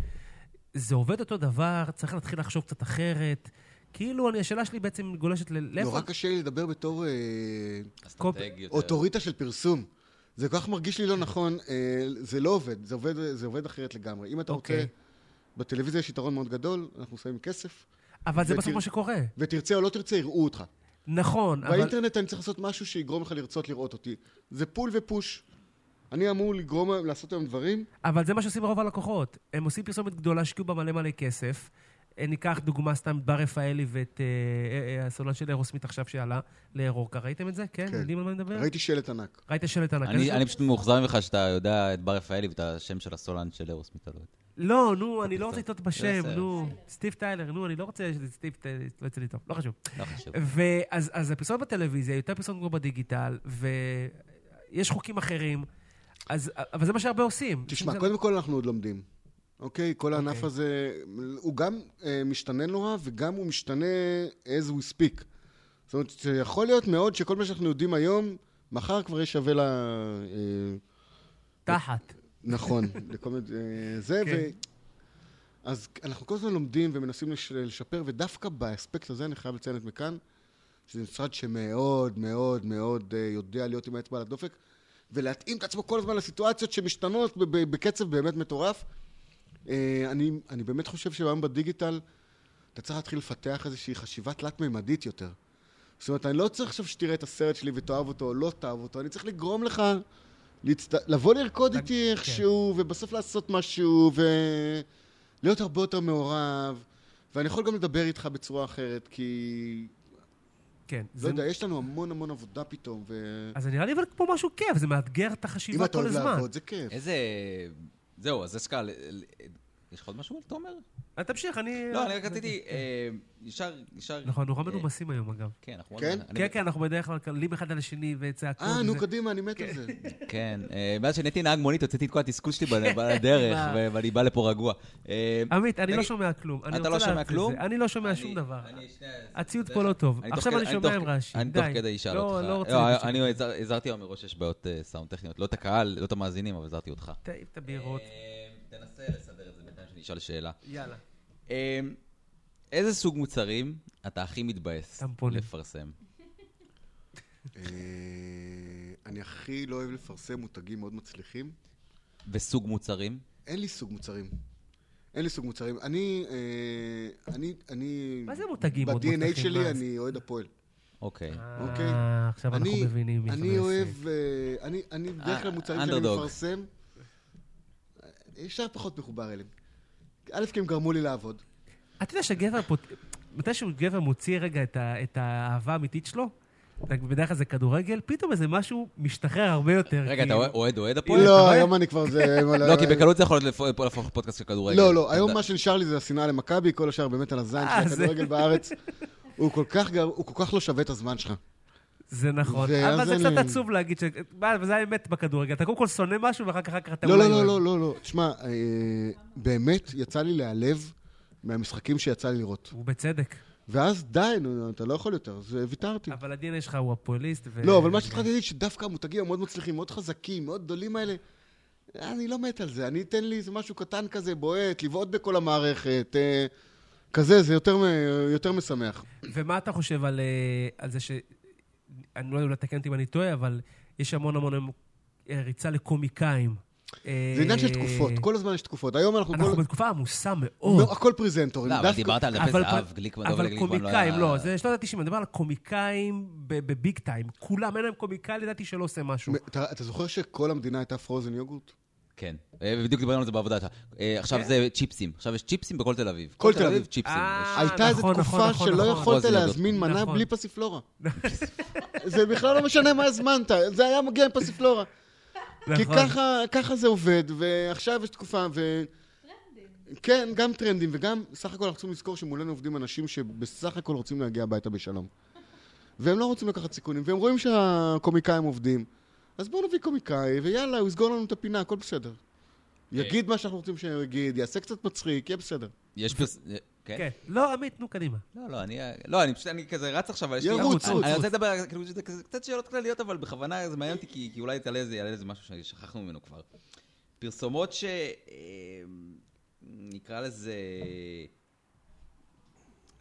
S1: זה עובד אותו דבר, צריך להתחיל לחשוב קצת אחרת. כאילו, אני, השאלה שלי בעצם גולשת ל... לאיפה-
S3: נורא קשה לי לדבר בתור אה,
S2: אסטרטגי יותר.
S3: אוטוריטה של פרסום. זה כל כך מרגיש לי לא נכון, אה, זה לא עובד, זה עובד, זה עובד אחרת לגמרי. אם אתה רוצה,
S1: אוקיי.
S3: בטלוויזיה יש יתרון מאוד גדול, אנחנו שמים כסף,
S1: אבל זה
S3: זה
S1: בסוף
S3: כאילו-
S1: מה שקורה.
S3: ותרצה או לא תרצה, יראו אותך.
S1: נכון, אבל...
S3: באינטרנט אני צריך לעשות משהו שיגרום לך לרצות לראות אותי. זה פול ופוש. אני אמור לגרום להם לעשות היום דברים,
S1: אבל זה מה שעושים רוב הלקוחות. הם עושים פרסומת גדולה, השקיעו בה מלא מלא כסף. אה, ניקח דוגמה סתם את בר רפאלי ואת אה, אה, אה, הסולן של אירוסמית עכשיו שעלה לאירוקה. ראיתם את זה? כן?
S3: כן.
S1: יודעים על מה נדבר?
S3: ראיתי שלט ענק.
S1: ראית שלט ענק.
S2: אני
S1: אז-
S2: אני פשוט מאוכזר ממך שאתה יודע את בר רפאלי ואת השם של הסולן של אירוסמית. אתה לא יודע.
S1: לא, נו, אני לא רוצה
S2: בסדר.
S1: לטעות בשם,
S2: בסדר.
S1: נו. סטיב טיילר, נו, אני לא רוצה שסטיב טיילר, לא יוצא לי טוב, לא חשוב.
S2: לא חשוב.
S1: ואז אז הפרסומת בטלוויזיה היא יותר פרסומת כמו בדיגיטל, ויש חוקים אחרים, אז, אבל זה מה שהרבה עושים.
S3: תשמע,
S1: זה-
S3: קודם כל אנחנו עוד לומדים. אוקיי? כל הענף
S1: אוקיי.
S3: הזה, הוא גם אה, משתנה נורא, וגם הוא משתנה as we speak. זאת אומרת, שיכול להיות מאוד שכל מה שאנחנו יודעים היום, מחר כבר יהיה שווה ל... אה,
S1: תחת.
S3: נכון, לכל מיני... אה, זה,
S1: כן.
S3: ו... אז אנחנו כל הזמן לומדים ומנסים לש- לשפר, ודווקא באספקט הזה אני חייב לציין את מכאן, שזה משרד שמאוד מאוד מאוד אה, יודע להיות עם האצבע על הדופק, ולהתאים את עצמו כל הזמן לסיטואציות שמשתנות ב- ב- בקצב באמת מטורף. אה, אני, אני באמת חושב שהיום בדיגיטל אתה צריך להתחיל לפתח איזושהי חשיבה תלת-מימדית יותר. זאת אומרת, אני לא צריך עכשיו שתראה את הסרט שלי ותאהב אותו או לא תאהב אותו, אני צריך לגרום לך להצט... לבוא לרקוד
S1: לג-
S3: איתי
S1: כן.
S3: איכשהו, ובסוף לעשות משהו, ולהיות הרבה יותר מעורב, ואני יכול גם לדבר איתך בצורה אחרת, כי...
S1: כן.
S3: זה...
S1: זה-
S3: לא יודע, יש לנו המון המון עבודה פתאום, ו...
S1: אז זה נראה לי אבל כמו משהו כיף, זה מאתגר את
S3: אם
S1: החשיבה
S3: אתה
S1: כל
S3: אוהב
S1: הזמן.
S3: לעבוד, זה כיף.
S2: איזה... זהו, אז אסקל, יש לך עוד משהו על תומר?
S1: אז אה, תמשיך, אני...
S2: לא, אני רק רציתי, אה, ישר, ישר...
S1: נכון, נורא
S2: אה,
S1: מנומסים היום, אגב.
S2: כן, אנחנו...
S3: כן?
S2: אני-
S1: כן, כן, אנחנו בדרך כלל קלים אחד על השני וצעקות.
S3: אה, נו,
S1: וזה.
S3: קדימה, אני מת על זה.
S2: כן, אה, מאז שנהייתי נהג מונית, הוצאתי את כל התסכול שלי ב- בדרך,
S1: מה?
S2: ו- ואני בא לפה רגוע. אה,
S1: עמית, אני לא
S2: תגיד,
S1: שומע כלום. אני
S2: אתה
S1: רוצה
S2: לא שומע
S1: לדעת את זה.
S2: כלום?
S1: אני לא שומע
S2: אני-
S1: שום דבר.
S2: אני שני-
S1: הציוד
S2: זה-
S1: פה לא טוב.
S2: תוך
S1: עכשיו
S2: כדי-
S1: אני שומע
S2: תוך-
S1: עם רעשים,
S2: אני
S1: די.
S2: תוך כדי אשאל
S1: לא-
S2: אותך.
S1: לא רוצה
S2: לא,
S1: להגיד
S2: אני הזהר- הזהרתי היום מראש שיש בעיות אה, סאונד טכניות. לא את הקהל, לא את המאזינים, אבל הזהרתי אותך.
S1: תעיף את הבירות.
S2: אה, תנסה לסדר את זה בינתיים שאני אשאל שאלה.
S1: יאללה.
S2: אה, איזה סוג מוצרים אתה הכי מתבאס
S1: טמפונים.
S2: לפרסם?
S3: אה, אני הכי לא אוהב לפרסם מותגים מאוד מצליחים.
S2: וסוג מוצרים?
S3: אין לי סוג מוצרים. אין לי סוג מוצרים. אני... אה, אני... אני...
S1: מה זה מותגים מאוד
S3: ב-DNA
S1: מצליחים? מה
S3: שלי
S1: זה?
S3: אני אוהד הפועל.
S2: אוקיי.
S3: אוקיי.
S1: אה, עכשיו אנחנו
S3: אני-
S1: מבינים. מי
S3: אני
S1: חבר
S3: אוהב...
S1: עסק.
S3: אה, אני- אני בדרך כלל מוצרים שאני
S2: אנדרדוג.
S3: מפרסם, אה, ישר פחות מחובר אליהם. א', כי הם גרמו לי לעבוד.
S1: אתה יודע שגבר פה... מתי שהוא גבר מוציא רגע את ה- את האהבה האמיתית שלו, בדרך כלל זה כדורגל, פתאום איזה משהו משתחרר הרבה יותר.
S2: רגע, אתה
S1: כאילו.
S2: אוהד אוהד הפועל?
S3: לא,
S1: רואה?
S3: היום אני כבר זה...
S2: לא, כי בקלות זה יכול להיות לפ- אה, להפוך לפודקאסט של כדורגל.
S3: לא,
S2: אתה
S3: לא, היום
S2: יודע-
S3: מה שנשאר לי זה השנאה למכבי, כל השאר באמת על הזין
S1: אה,
S3: של
S1: זה-
S3: הכדורגל בארץ. הוא כל כך גר... הוא כל כך לא שווה את הזמן שלך.
S1: זה נכון,
S3: ואז
S1: אבל זה
S3: אני-
S1: קצת עצוב להגיד ש... מה, אבל זה האמת בכדורגל. אתה קודם כל שונא משהו, ואחר כך אחר כך אתה
S3: לא, לא,
S1: אוהב.
S3: לא, לא, לא, לא. תשמע, אה, באמת יצא לי להיעלב מהמשחקים שיצא לי לראות.
S1: ובצדק.
S3: ואז די, נו, אתה לא יכול יותר, אז אה, ויתרתי.
S1: אבל אה, הדנ"א שלך הוא הפועליסט. ו...
S3: לא, אבל מה שהתחלתי להגיד, שדווקא המותגים המאוד מצליחים, מאוד חזקים, מאוד גדולים האלה, אני לא מת על זה. אני אתן לי איזה משהו קטן כזה, בועט, לבעוט בכל המערכת, אה, כזה, זה יותר מ- יותר משמח.
S1: ומה אתה חושב על, אה, על זה ש... אני לא יודע, אולי תקן אותי אם אני טועה, אבל יש המון המון היום, אה, ריצה לקומיקאים. אה,
S3: זה עניין של תקופות, כל הזמן יש תקופות. היום אנחנו
S1: אנחנו
S3: כל...
S1: בתקופה עמוסה מאוד.
S3: לא, הכל פרזנטורים.
S2: לא, אבל
S3: דווקא-
S2: דיברת על דפי
S1: אבל-
S2: זהב, גליקמן, דובל
S1: אבל
S2: גליקמן לא
S1: קומיקאים,
S2: היה...
S1: לא, זה שנות ה-90, אני מדבר על קומיקאים ב- בביג טיים. כולם, אין להם קומיקאי לדעתי שלא עושה משהו.
S3: אתה אתה זוכר שכל המדינה הייתה פרוזן יוגורט?
S2: כן. אה, בדיוק דיברנו על זה בעבודה. אה,
S1: כן.
S2: עכשיו זה צ'יפסים. עכשיו יש צ'יפסים בכל תל אביב.
S3: כל תל אביב.
S2: צ'יפסים.
S1: אה,
S2: יש.
S3: הייתה איזו
S1: נכון, נכון,
S3: תקופה
S1: נכון,
S3: שלא
S1: נכון.
S3: יכולת
S2: פרוזן יוגורט.
S3: להזמין מנה
S1: נכון.
S3: בלי פסיפלורה. זה בכלל לא משנה מה הזמנת, זה היה מגיע עם פסיפלורה. כי
S1: נכון.
S3: ככה- ככה זה עובד, ועכשיו יש תקופה, ו... כן, גם טרנדים, וגם, סך הכל אנחנו צריכים לזכור שמולנו עובדים אנשים שבסך הכל רוצים להגיע הביתה בשלום. והם לא רוצים לקחת סיכונים, והם רואים שהקומיקאים עובדים. אז בואו נביא קומיקאי, ויאללה, הוא יסגור לנו את הפינה, הכל בסדר. יגיד מה שאנחנו רוצים שהוא יגיד, יעשה קצת מצחיק, יהיה בסדר.
S2: יש פרס... אה, כן.
S1: כן. לא, עמית, נו, קדימה.
S2: לא, לא, אני... לא, אני פשוט, אני כזה רץ עכשיו, אבל יש לי...
S3: ירוץ,
S2: אני-
S3: רוץ,
S2: אני
S3: רוץ.
S2: רוצה לדבר על כאילו, זה כזה קצת שאלות כלליות, אבל בכוונה זה מעניין אותי, כי כי אולי תעלה איזה- יעלה איזה משהו ששכחנו ממנו כבר. פרסומות ש... אה, נקרא לזה...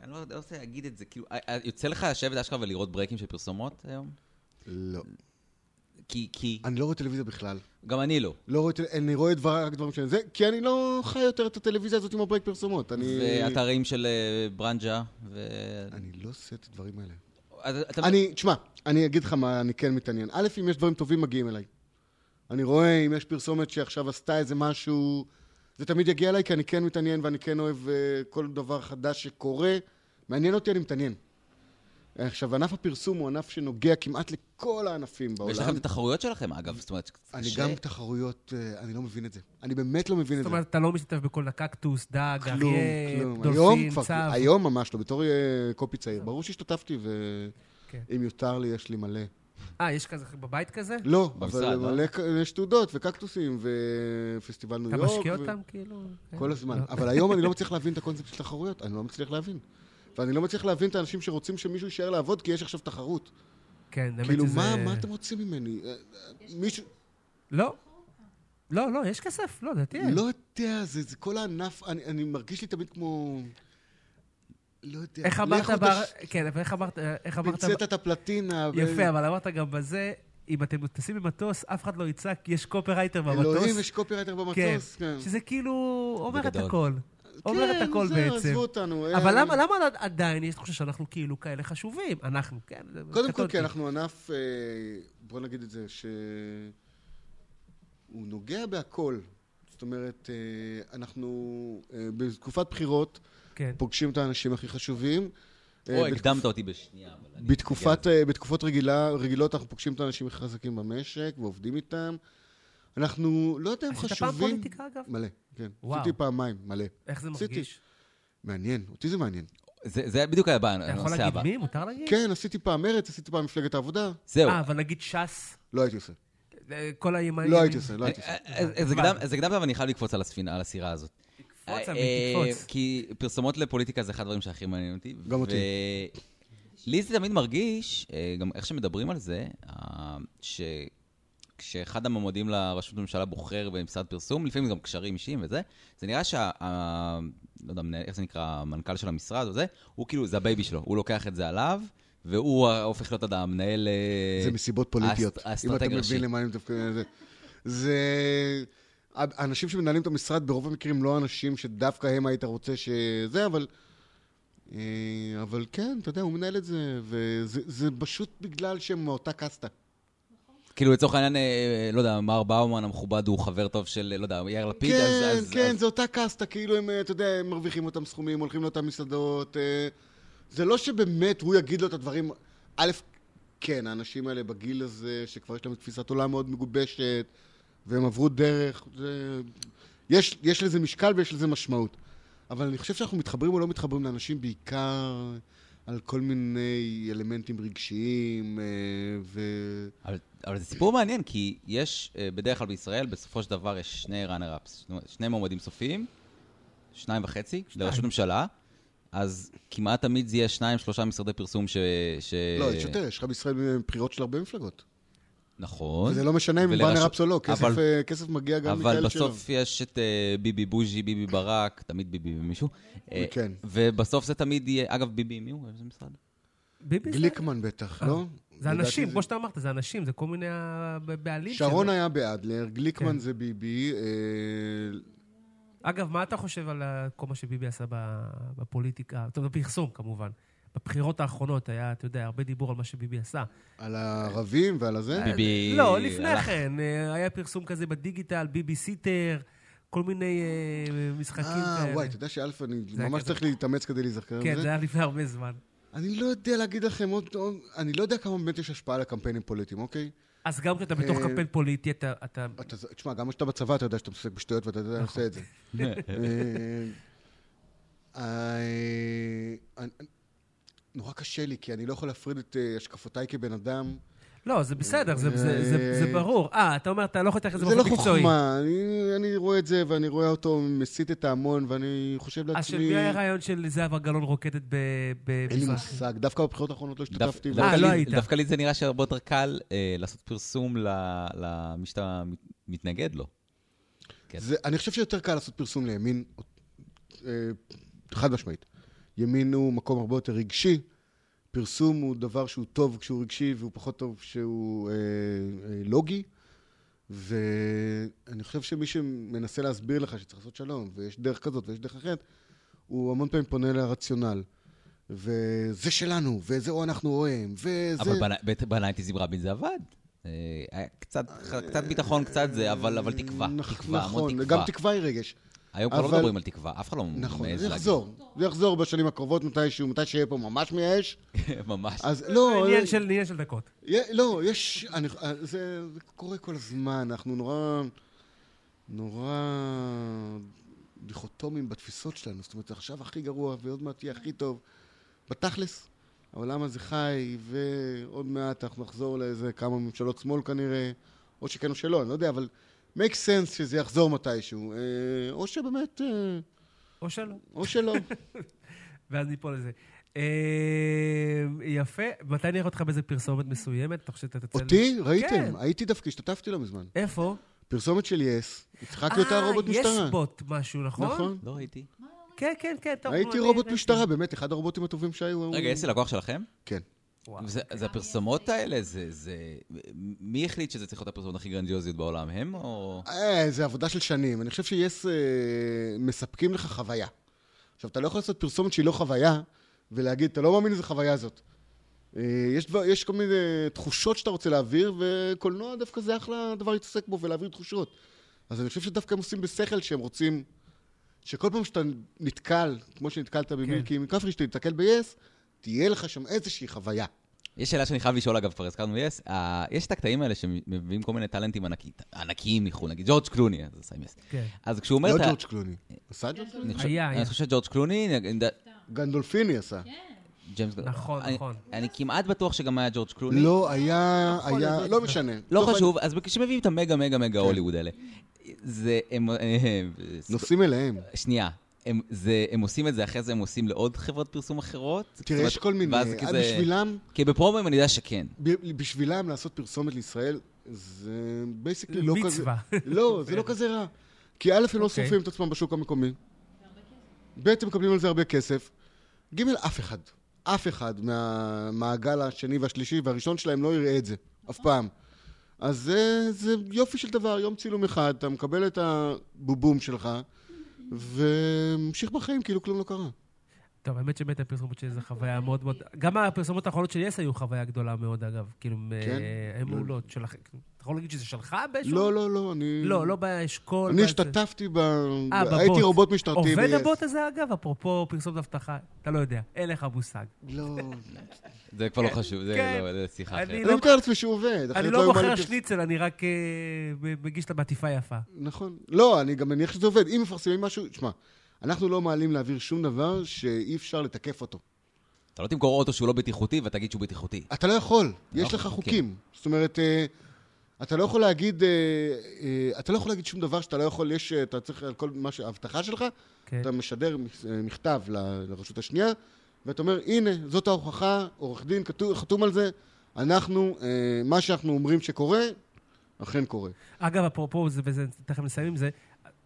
S2: אני לא לא רוצה להגיד את זה, כאילו, אה, אה, יוצא לך לשבת אשכרה ולראות ברייקים של פרסומות היום?
S3: לא.
S2: כי, כי,
S3: אני לא רואה טלוויזיה בכלל.
S2: גם אני לא.
S3: לא רואה, טל- אני רואה דבר, רק דברים של זה, כי אני לא חי יותר את הטלוויזיה הזאת עם הברייק פרסומות. אני...
S2: ואתרים של אה, ברנז'ה, ו...
S3: אני לא עושה את הדברים האלה.
S2: אז אתה-
S3: אני, תשמע, אני אגיד לך מה אני כן מתעניין. א', אם יש דברים טובים, מגיעים אליי. אני רואה אם יש פרסומת שעכשיו עשתה איזה משהו, זה תמיד יגיע אליי, כי אני כן מתעניין ואני כן אוהב אה, כל דבר חדש שקורה. מעניין אותי, אני מתעניין. עכשיו, ענף הפרסום הוא ענף שנוגע כמעט לכל הענפים בעולם.
S2: ויש לכם את התחרויות שלכם, אגב, זאת אומרת,
S3: אני
S2: קשה.
S3: גם תחרויות, אה, אני לא מבין את זה. אני באמת לא מבין את
S1: זאת
S3: זה.
S1: אומרת, אתה לא משתתף בכל הקקטוס, דג,
S3: כלום,
S1: אריה,
S3: כלום. היום
S1: דולפין,
S3: כבר,
S1: צב.
S3: היום ממש לא, בתור אה, קופי צעיר. ברור שהשתתפתי,
S1: כן.
S3: ואם יותר לי, יש לי מלא.
S1: אה, יש כזה בבית כזה?
S3: לא,
S2: במשרד,
S3: אבל
S2: לא?
S3: מלא, ק- יש תעודות וקקטוסים ופסטיבל ניו
S1: אתה
S3: יורק.
S1: משקיע
S3: ו-
S1: אותם, כאילו?
S3: לא, כל הזמן. אבל היום אני לא מצליח להבין את הקונספט של תחרויות, אני לא מצליח להבין. ואני לא מצליח להבין את האנשים שרוצים שמישהו יישאר לעבוד, כי יש עכשיו תחרות.
S1: כן, באמת
S3: כאילו,
S1: שזה...
S3: מה מה אתם רוצים ממני? אה, אה, מישהו...
S1: לא. לא, לא, יש כסף, לא, לדעתי אין.
S3: לא יודע, זה זה כל הענף, אני- אני מרגיש לי תמיד כמו... לא יודע.
S1: איך
S3: לכו
S1: אמרת בר...
S3: תש-
S1: כן, אבל איך אמרת... איך אמרת...
S3: פינצטת את הפלטינה. ו-
S1: יפה, אבל אמרת גם בזה, אם אתם טסים במטוס, אף אחד לא יצעק, יש קופרייטר במטוס.
S3: אלוהים, יש קופירייטר
S1: כן,
S3: במטוס. כן,
S1: שזה כאילו אומר את
S2: בגדול.
S1: הכל. אומר את הכל
S3: זהו,
S1: בעצם.
S3: עזבו אותנו. אה,
S1: אבל למה למה עדיין יש תחושה שאנחנו כאילו כאלה חשובים? אנחנו, כן. זה
S3: קודם כל,
S1: קטונתי.
S3: כי אנחנו ענף, אה, בוא נגיד את זה, שהוא נוגע בהכל. זאת אומרת, אה, אנחנו אה, בתקופת בחירות
S1: כן.
S3: פוגשים את האנשים הכי חשובים. אה,
S2: או,
S3: בת-
S2: הקדמת אותי בשנייה, אבל אני...
S3: בתקופת, אה, בתקופות רגילה, רגילות אנחנו פוגשים את האנשים הכי חזקים במשק ועובדים איתם. אנחנו, לא יודע, הם
S1: עשית פעם
S3: חשובים...
S1: פוליטיקה, אגב?
S3: מלא, כן.
S1: וואו.
S3: עשיתי פעמיים, מלא.
S1: איך זה
S3: עשיתי.
S1: מרגיש?
S3: מעניין, אותי זה מעניין.
S2: זה זה בדיוק היה הבא,
S1: אתה יכול
S2: הנושא
S1: להגיד
S2: הבא.
S1: מי? מותר להגיד?
S3: כן, עשיתי פעם מרצ, עשיתי פעם מפלגת העבודה,
S2: זהו.
S1: אה, אבל נגיד ש"ס,
S3: לא הייתי עושה.
S1: אה, כל הימאים...
S3: לא הייתי עושה, לא הייתי עושה.
S2: אה, אה, אה, זה קדם- זה קדמת, אבל אני חייב לקפוץ על הספינה, על הסירה הזאת.
S1: תקפוץ,
S2: אה,
S1: עמית,
S2: אה,
S1: תקפוץ.
S2: כי פרסומות לפוליטיקה זה אחד הדברים שהכי מעניין אותי.
S3: גם אותי.
S2: ו- לי זה תמיד מרגיש, אה, גם איך שמדברים על זה, אה, ש... כשאחד המועמדים לראשות ממשלה בוחר במשרד פרסום, לפעמים גם קשרים אישיים וזה, זה נראה שה... ה- לא יודע, מנהל- איך זה נקרא, המנכ"ל של המשרד או זה, הוא כאילו, זה הבייבי שלו, הוא לוקח את זה עליו, והוא ה- הופך להיות, אתה יודע, המנהל... אה,
S3: זה מסיבות פוליטיות,
S2: האסט-
S3: אם אתה
S2: האסטרטג ראשי.
S3: מבין למה אני דווקא... זה- זה... האנשים שמנהלים את המשרד ברוב המקרים לא אנשים שדווקא הם היית רוצה שזה, אבל... אה, אבל כן, אתה יודע, הוא מנהל את זה, וזה זה פשוט בגלל שהם מאותה קסטה.
S2: כאילו, לצורך העניין, אה, לא יודע, מר באומן המכובד הוא חבר טוב של, לא יודע, יאיר לפיד, אז...
S3: כן,
S2: אז-
S3: כן,
S2: אז-
S3: זה אותה קסטה, כאילו הם, אה, אתה יודע, הם מרוויחים אותם סכומים, הולכים לאותן מסעדות. אה, זה לא שבאמת הוא יגיד לו את הדברים. א', כן, האנשים האלה בגיל הזה, שכבר יש להם תפיסת עולם מאוד מגובשת, והם עברו דרך, זה... יש, יש לזה משקל ויש לזה משמעות. אבל אני חושב שאנחנו מתחברים או לא מתחברים לאנשים בעיקר על כל מיני אלמנטים רגשיים, אה, ו...
S2: אבל, אבל זה סיפור מעניין, כי יש, אה, בדרך כלל בישראל, בסופו של דבר יש שני ראנר-אפס, שני מועמדים סופיים, שניים וחצי, לראשות ממשלה, אז כמעט תמיד זה יהיה שניים, שלושה משרדי פרסום ש... ש...
S3: לא, יש יותר, יש לך בישראל בחירות של הרבה מפלגות.
S2: נכון.
S3: וזה לא משנה אם
S2: ולרשות-
S3: באנר אפס או לא, כסף,
S2: אבל-
S3: אה, כסף מגיע גם
S2: אבל
S3: מכאלה שלא.
S2: בסוף יש את אה, ביבי בוז'י, ביבי ברק, תמיד ביבי ומישהו. אה,
S3: כן.
S2: ובסוף זה תמיד יהיה, אגב, ביבי, מי הוא? איזה משרד?
S1: ביבי? זה-
S3: גליקמן בטח, לא?
S1: אה, זה
S3: לדעתי
S1: אנשים, כמו שאתה אמרת, זה אנשים, זה כל מיני הבעלים שלו.
S3: שרון היה באדלר, גליקמן
S1: כן.
S3: זה ביבי, אה,
S1: אגב, מה אתה חושב על ה- כל מה שביבי עשה ב- בפוליטיקה? טוב, בפרסום כמובן. בבחירות האחרונות היה, אתה יודע, הרבה דיבור על מה שביבי עשה.
S3: על הערבים ועל הזה.
S2: ביבי...
S1: לא, לפני
S2: הלך-
S1: כן, אה, היה פרסום כזה בדיגיטל, ביבי סיטר, כל מיני אה, משחקים
S3: אה,
S1: כאלה.
S3: וואי, אתה יודע שאלף, אני
S1: היה
S3: ממש
S1: כזה.
S3: צריך להתאמץ כדי להיזכר
S1: כן,
S3: בזה.
S1: זה היה לפני הרבה זמן.
S3: אני לא יודע להגיד לכם עוד, עוד- אני לא יודע כמה באמת יש השפעה לקמפיינים פוליטיים, אוקיי?
S1: אז גם כשאתה בתוך
S3: אה,
S1: קמפיין פוליטי, אתה... אתה-
S3: אתה, תשמע, גם כשאתה בצבא אתה יודע שאתה מתעסק בשטויות ואתה יודע, עושה את זה.
S1: נכון.
S3: אה, אה, אני- נורא קשה לי, כי אני לא יכול להפריד את אה, השקפותיי כבן אדם.
S1: לא, זה בסדר, זה- זה- זה- זה ברור. אה, אתה אומר, אתה לא יכול להתייחס לזה
S3: זה לא
S1: באופן מקצועי.
S3: חוכמה, אני- אני רואה את זה ואני רואה אותו מסית את ההמון, ואני חושב
S1: אז אה, של
S3: לעצמי...
S1: מי היה הרעיון של זהבה גלאון רוקדת ב-
S3: אין לי
S1: במזרח?
S3: מושג, דווקא בבחירות האחרונות לא
S2: דווקא-
S3: השתתפתי.
S2: דווקא
S1: אה, לא
S2: לי-
S1: היית.
S2: דווקא לי זה נראה שהרבה יותר קל אה, לעשות פרסום ל- למי שאתה מת- מתנגד לו. כן.
S3: זה, אני חושב שיותר קל לעשות פרסום לימין, אה, חד משמעית. ימין הוא מקום הרבה יותר רגשי. פרסום הוא דבר שהוא טוב כשהוא רגשי והוא פחות טוב כשהוא אה, אה, לוגי. ואני חושב שמי שמנסה להסביר לך שצריך לעשות שלום, ויש דרך כזאת ויש דרך אחרת, הוא המון פעמים פונה לרציונל. וזה שלנו, וזה או אנחנו או הם, וזה...
S2: אבל בנ- בת- בניינטיז עם רבין זה עבד. אה, היה קצת- קצת ביטחון, קצת זה, אבל אבל תקווה.
S3: נכ-
S2: תקווה, המון
S3: נכון,
S2: תקווה.
S3: גם תקווה היא רגש.
S2: היום כבר לא
S3: אבל-
S2: מדברים על תקווה, אף אחד לא מעז
S3: נכון,
S2: להגיד.
S3: זה יחזור. זה יחזור בשנים הקרובות מתישהו, מתי שיהיה פה ממש מייאש.
S2: ממש.
S3: אז לא,
S1: אה, עניין של- עניין של דקות.
S3: יה- לא, יש, אני, זה, זה קורה כל הזמן, אנחנו נורא, נורא דיכוטומיים בתפיסות שלנו, זאת אומרת, עכשיו הכי גרוע ועוד מעט יהיה הכי טוב. בתכלס, העולם הזה חי, ועוד מעט אנחנו נחזור לאיזה כמה ממשלות שמאל כנראה, או שכן או שלא, אני לא יודע, אבל make sense שזה יחזור מתישהו, אה, או שבאמת, אה,
S1: או שלא.
S3: או שלא.
S1: ואז ניפול לזה. אה, יפה. מתי נראה אותך באיזה פרסומת מסוימת? אתה חושב שאתה תצא...
S3: אותי? ראיתם?
S1: כן.
S3: הייתי דווקא, השתתפתי לא מזמן.
S1: איפה?
S3: פרסומת של יס, הצחקתי אותה רובוט
S1: אה,
S3: משטרה.
S1: יש בוט משהו, נכון?
S3: נכון.
S2: לא ראיתי.
S1: כן, כן, כן. טוב,
S3: הייתי
S1: נו,
S3: רובוט
S1: אני-
S3: משטרה, באמת, אחד הרובוטים הטובים שהיו.
S2: רגע, יש לי לקוח שלכם?
S3: כן.
S1: וואו.
S2: זה זה הפרסומות האלה, זה... זה- מי החליט שזה צריך להיות הפרסומות הכי גרנדיוזיות בעולם? הם או...
S3: אה, זה עבודה של שנים. אני חושב שיס אה, מספקים לך חוויה. עכשיו, אתה לא יכול לעשות פרסומת שהיא לא חוויה, ולהגיד, אתה לא מאמין איזה חוויה זאת. אה, יש, דבר, יש כל מיני תחושות שאתה רוצה להעביר, וקולנוע דווקא זה אחלה דבר להתעסק בו ולהעביר תחושות. אז אני חושב שדווקא הם עושים בשכל שהם רוצים, שכל פעם שאתה נתקל, כמו שנתקלת במילקי עם כפרי, שאתה נתקל ביס, תהיה לך שם איזושהי חוויה.
S2: יש שאלה שאני חייב לשאול, אגב, כבר הזכרנו יס. אה, יש את הקטעים האלה שמביאים כל מיני טאלנטים ענקי- ענקיים מחו"ל, נגיד ג'ורג' קלוני, אז עשה עם יס.
S1: כן.
S2: אז כשהוא אומר...
S3: לא
S2: את ה-
S3: ג'ורג' קלוני. עשה ג'ורג' קלוני?
S2: אני חושב-
S1: היה, היה.
S2: אני חושב שג'ורג' קלוני, אני יודע-
S3: גנדולפיני עשה.
S2: ג'יימס גל-
S1: נכון,
S2: אני-
S1: נכון.
S2: אני כמעט בטוח שגם היה ג'ורג' קלוני.
S3: לא, היה,
S1: יכול
S3: היה,
S1: להיות.
S3: לא משנה.
S2: לא
S3: טוב, כן.
S2: חשוב, אז כשמביאים את המגה מגה מגה הוליווד האלה, זה... הם- הם-
S3: נוסעים אליהם.
S2: שנייה. הם, זה, הם עושים את זה, אחרי זה הם עושים לעוד חברות פרסום אחרות? זאת
S3: תראה,
S2: אומרת,
S3: יש כל מיני, אה,
S2: ואז זה כזה-
S3: בשבילם,
S2: כי בפרומים אני יודע שכן.
S3: ב- בשבילם לעשות פרסומת לישראל, זה בייסקלי לא כזה...
S1: מצווה.
S3: לא, זה לא כזה רע. כי א', הם לא
S1: אוקיי.
S3: שורפים את עצמם בשוק המקומי. ב', הם מקבלים על זה הרבה כסף. ג', אף אחד, אף אחד מהמעגל השני והשלישי והראשון שלהם לא יראה את זה, אף פעם. אז זה, זה יופי של דבר, יום צילום אחד, אתה מקבל את הבובום שלך, וממשיך בחיים כאילו כלום לא קרה.
S1: טוב, האמת שבאמת הפרסומות שלי זה חוויה מאוד מאוד... גם הפרסומות האחרונות של יס היו חוויה גדולה מאוד, אגב. כאילו, הם,
S3: כן?
S1: אה, הם מעולות. שלך- אתה יכול להגיד שזה שלך באיזשהו...
S3: לא, לא, לא, אני...
S1: לא, לא באשכול.
S3: אני
S1: באיזה-
S3: השתתפתי ב...
S1: אה, בבוט.
S3: הייתי רובוט משטרתי
S1: עובד
S3: ב-yes.
S1: הבוט הזה, אגב, אפרופו פרסומת אבטחה, אתה לא יודע, אין לך מושג.
S3: לא.
S2: זה כבר לא חשוב, זה
S1: כן.
S2: לא- זה שיחה
S1: אני
S2: אחרת.
S1: לא-
S3: אני מתאר לעצמי שהוא עובד. אחרת
S1: אני
S3: היו
S1: לא
S3: מעלים
S1: מוכר
S3: פרס-
S1: שניצל, אני רק אה, מ- מגיש לה בעטיפה יפה.
S3: נכון. לא, אני גם מניח שזה עובד. אם מפרסמים משהו, תשמע, אנחנו לא מעלים להעביר שום דבר שאי אפשר לתקף אותו.
S2: אתה לא תמכור אוטו שהוא לא בטיחותי ותגיד שהוא בטיחותי.
S3: אתה לא יכול, יש
S2: יכול,
S3: לך
S2: כן.
S3: חוקים. זאת אומרת, אה, אתה לא יכול להגיד, אה, אה, אתה לא יכול להגיד שום דבר שאתה לא יכול, יש, אה, אתה צריך על כל מה שההבטחה שלך,
S1: כן.
S3: אתה משדר מס- אה, מכתב ל- לרשות השנייה, ואתה אומר, הנה, זאת ההוכחה, עורך דין כתוב- חתום על זה, אנחנו, אה, מה שאנחנו אומרים שקורה, אכן קורה.
S1: אגב, אפרופו, זה- וזה, תכף נסיים עם זה,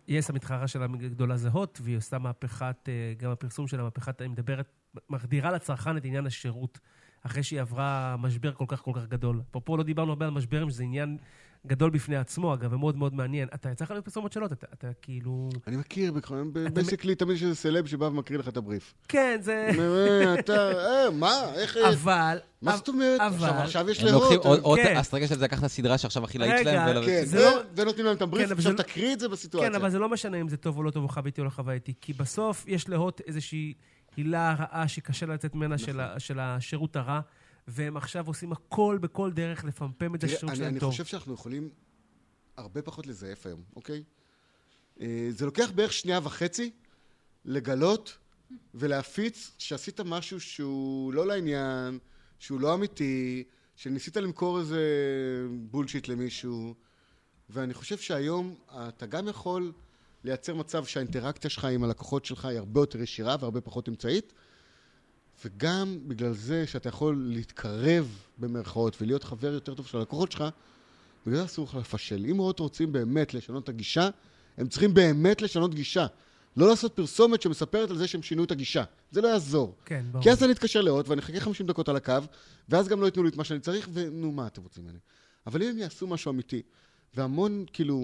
S1: יס המתחרה שלה הגדולה זה הוט, והיא עושה מהפכת, אה, גם הפרסום שלה, מהפכת, היא מדברת, מחדירה לצרכן את עניין השירות. אחרי שהיא עברה משבר כל כך כל כך גדול. אפרופו, לא דיברנו הרבה על משברים, שזה עניין גדול בפני עצמו, אגב, ומאוד מאוד מעניין. אתה יצא לך להיות פרסומות שלו, אתה, אתה כאילו...
S3: אני מכיר, בייסקלי תמיד יש איזה סלב שבא ומקריא לך את הבריף.
S1: כן, זה...
S3: אה, אתה, אה, מה, איך...
S1: אבל...
S3: מה זאת אומרת?
S1: אבל-
S3: עכשיו- עכשיו יש
S2: הם לוקחים
S3: להוט.
S2: עוד- עוד
S1: כן.
S2: אסטרטגיה שלהם זה לקחת את הסדרה שעכשיו הכי להיט
S1: רגע,
S2: שלהם. ול-
S3: כן,
S1: זה
S3: ו-
S1: לא-
S3: ונותנים להם את הבריף,
S1: כן, אבל
S3: עכשיו
S1: זה לא-
S3: תקריא את זה בסיטואציה.
S1: כן, אבל זה לא משנה אם זה טוב או לא טוב, או חווייתי או לא חווייתי, כי בסוף יש להוט איזושהי הילה רעה שקשה לה לצאת ממנה של
S3: נכון.
S1: ה- של השירות הרע, והם עכשיו עושים הכל בכל דרך לפמפם את זה
S3: תראה,
S1: שהשירות
S3: אני,
S1: שלהם
S3: אני
S1: טוב.
S3: חושב שאנחנו יכולים הרבה פחות לזייף היום, אוקיי? אה, זה לוקח בערך שנייה וחצי לגלות ולהפיץ שעשית משהו שהוא לא לעניין, שהוא לא אמיתי, שניסית למכור איזה בולשיט למישהו, ואני חושב שהיום אתה גם יכול לייצר מצב שהאינטראקציה שלך עם הלקוחות שלך היא הרבה יותר ישירה והרבה פחות אמצעית, וגם בגלל זה שאתה יכול להתקרב במרכאות ולהיות חבר יותר טוב של הלקוחות שלך, בגלל זה אסור לך לפשל. אם מאוד רוצים באמת לשנות את הגישה, הם צריכים באמת לשנות גישה. לא לעשות פרסומת שמספרת על זה שהם שינו את הגישה. זה לא יעזור.
S1: כן, ברור.
S3: כי אז אני אתקשר להוט ואני אחכה 50 דקות על הקו, ואז גם לא ייתנו לי את מה שאני צריך, ונו, מה אתם רוצים ממני? אבל אם הם יעשו משהו אמיתי, והמון, כאילו,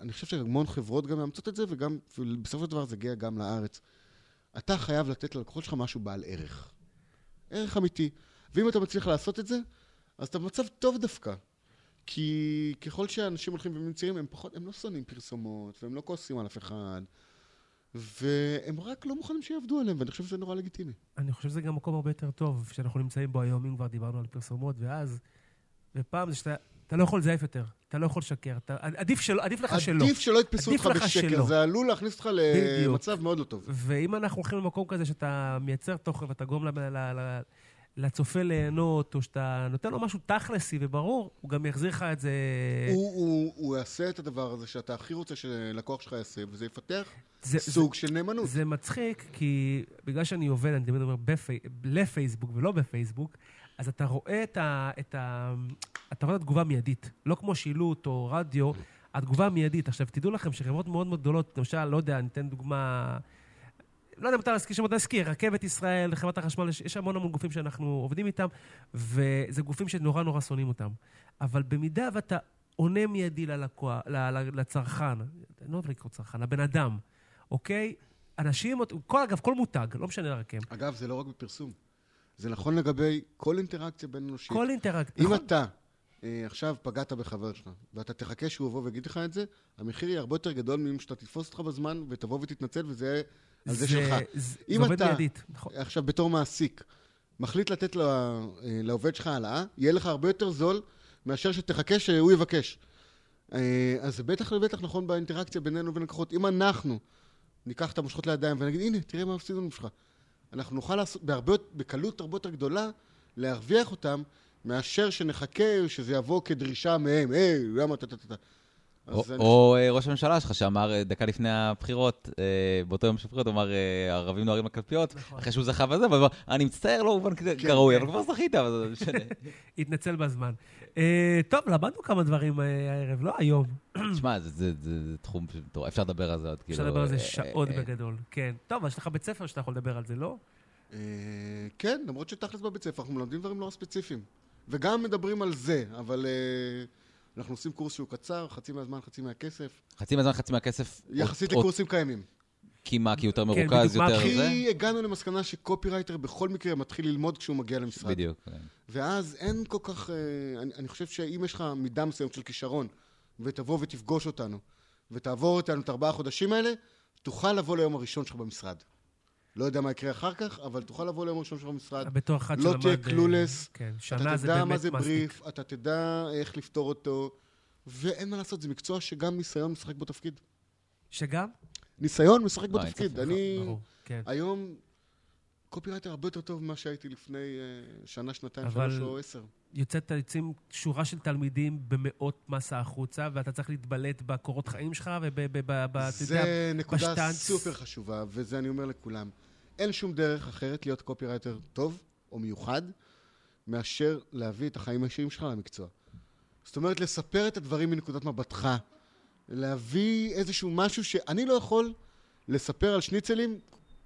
S3: אני חושב שהמון חברות גם מאמצות את זה, וגם, בסופו של דבר זה הגיע גם לארץ. אתה חייב לתת ללקוחות שלך משהו בעל ערך. ערך אמיתי. ואם אתה מצליח לעשות את זה, אז אתה במצב טוב דווקא. כי ככל שאנשים הולכים ומצהירים, הם פחות, הם לא שונאים פרסומות, והם לא כועסים על אף אחד, והם רק לא מוכנים שיעבדו עליהם, ואני חושב שזה נורא לגיטימי.
S1: אני חושב שזה גם מקום הרבה יותר טוב שאנחנו נמצאים בו היום, אם כבר דיברנו על פרסומות, ואז... ופעם זה שאתה... אתה לא יכול לזייף יותר, אתה לא יכול לשקר, אתה, עדיף, שלא, עדיף לך שלא.
S3: עדיף שלא יתפסו
S1: עדיף
S3: אותך
S1: לך
S3: בשקר,
S1: שלא.
S3: זה עלול להכניס אותך
S1: בדיוק.
S3: למצב מאוד לא טוב.
S1: ואם אנחנו הולכים למקום כזה שאתה מייצר תוכן ואתה גורם ל- ל- ל- לצופה ליהנות, או שאתה נותן לו משהו תכלסי וברור, הוא גם יחזיר לך את זה...
S3: הוא- הוא הוא יעשה את הדבר הזה שאתה הכי רוצה שלקוח שלך יעשה, וזה יפתח
S1: זה-
S3: סוג של נאמנות.
S1: זה מצחיק, כי בגלל שאני עובד, אני תמיד אומר בפי... לפייסבוק ולא בפייסבוק, אז אתה רואה את, ה... את, ה... אתה רואה את התגובה המיידית. לא כמו שילוט או רדיו, התגובה המיידית. עכשיו, תדעו לכם שחברות מאוד מאוד גדולות, למשל, לא יודע, אני אתן דוגמה... לא יודע אם אתה להזכיר שמות להזכיר, רכבת ישראל, חברת החשמל, יש, יש המון המון גופים שאנחנו עובדים איתם, וזה גופים שנורא נורא שונאים אותם. אבל במידה ואתה עונה מיידי ללקוח, ל- ל- לצרכן, אני לא אוהב לקרוא צרכן, לבן אדם, אוקיי? אנשים, כל, אגב, כל מותג, לא משנה רק הם.
S3: אגב, זה לא רק בפרסום. זה נכון לגבי כל אינטראקציה בין אנושית.
S1: כל אינטראקט,
S3: אם
S1: נכון?
S3: אתה אה, עכשיו פגעת בחבר שלך, ואתה תחכה שהוא יבוא ויגיד לך את זה, המחיר יהיה הרבה יותר גדול ממנו שאתה תתפוס אותך בזמן, ותבוא ותתנצל, וזה יהיה על זה שלך.
S1: זה, זה
S3: אם
S1: עובד
S3: אתה-
S1: מיידית, נכון.
S3: עכשיו, בתור מעסיק, מחליט לתת לו, אה, לעובד שלך העלאה, יהיה לך הרבה יותר זול מאשר שתחכה שהוא יבקש. אה, אז זה בטח ובטח נכון באינטראקציה בינינו ובין לקוחות. אם אנחנו ניקח את המושכות לידיים ונגיד, הנה, תראה מה הפסידו שלך. אנחנו נוכל לעשות בהרבה, בקלות הרבה יותר גדולה להרוויח אותם, מאשר שנחכה שזה יבוא כדרישה מהם, היי, למה אתה... אתה- אתה- אתה." אז
S2: או-
S3: אני-
S2: או אה, ראש הממשלה שלך שאמר אה, דקה לפני הבחירות, אה, באותו יום של הבחירות, הוא אמר, אה, הערבים נוהרים לקלפיות,
S1: נכון.
S2: אחרי שהוא זכה בזה, אבל הוא אמר, אני מצטער, לא הובן כזה
S1: כן,
S2: גרוי, אבל כבר זכית, אבל זה לא משנה.
S1: התנצל בזמן. אה, טוב, למדנו כמה דברים אה, הערב, לא היום.
S3: כאילו,
S2: תשמע, זה- זה זה- זה תחום מטורף, אפשר לדבר על זה עוד, כאילו.
S1: אפשר לדבר על
S2: אה,
S1: זה
S2: אה,
S1: שעות
S2: אה,
S1: בגדול. כן. טוב, אז יש לך בית ספר שאתה יכול לדבר על זה, לא?
S3: אה, כן, למרות שתכלס בבית ספר אנחנו מלמדים דברים נורא ספציפיים. וגם מדברים על זה, אבל אה, אנחנו עושים קורס שהוא קצר, חצי מהזמן, חצי מהכסף,
S2: אה, חצי מהזמן, חצי מהכסף.
S3: יחסית
S2: עוד- עוד-
S3: לקורסים קיימים.
S2: כי מה, כי יותר
S1: כן,
S2: מרוכז,
S1: בדיוק, מה
S2: יותר
S1: הכי-
S2: זה?
S3: כי הגענו למסקנה שקופירייטר בכל מקרה מתחיל ללמוד כשהוא מגיע למשרד.
S2: בדיוק. כן.
S3: ואז אין כל כך... אה, אני, אני חושב שאם יש לך מידה מסוימת של כישרון, ותבוא ותפגוש אותנו, ותעבור איתנו את ארבעה החודשים האלה, תוכל לבוא ליום הראשון שלך במשרד. לא יודע מה יקרה אחר כך, אבל תוכל לבוא ליום הראשון שלך במשרד.
S1: בתור אחד
S3: לא
S1: שלמד...
S3: תהיה
S1: אה,
S3: clueless.
S1: כן,
S3: אתה
S1: שנה זה
S3: תדע מה
S1: באמת
S3: זה
S1: מספיק.
S3: בריף, אתה תדע איך לפתור אותו, ואין מה לעשות, זה מקצוע שגם ניסיון משחק בו תפקיד.
S1: שגם?
S3: ניסיון משחק בו
S2: לא, אין
S3: תפקיד.
S2: ספק,
S3: אני
S1: ברור, כן.
S3: היום קופירייטר הרבה יותר טוב ממה שהייתי לפני אה, שנה, שנתיים,
S1: אבל-
S3: שלוש או עשר.
S1: יוצאת, יוצאים שורה של תלמידים במאות מסה החוצה, ואתה צריך להתבלט בקורות חיים שלך וב... ב- ב- ב- אתה יודע,
S3: זה נקודה
S1: בשטנץ.
S3: סופר חשובה, וזה אני אומר לכולם. אין שום דרך אחרת להיות קופירייטר טוב או מיוחד, מאשר להביא את החיים האישיים שלך למקצוע. זאת אומרת, לספר את הדברים מנקודת מבטך, להביא איזשהו משהו שאני לא יכול לספר על שניצלים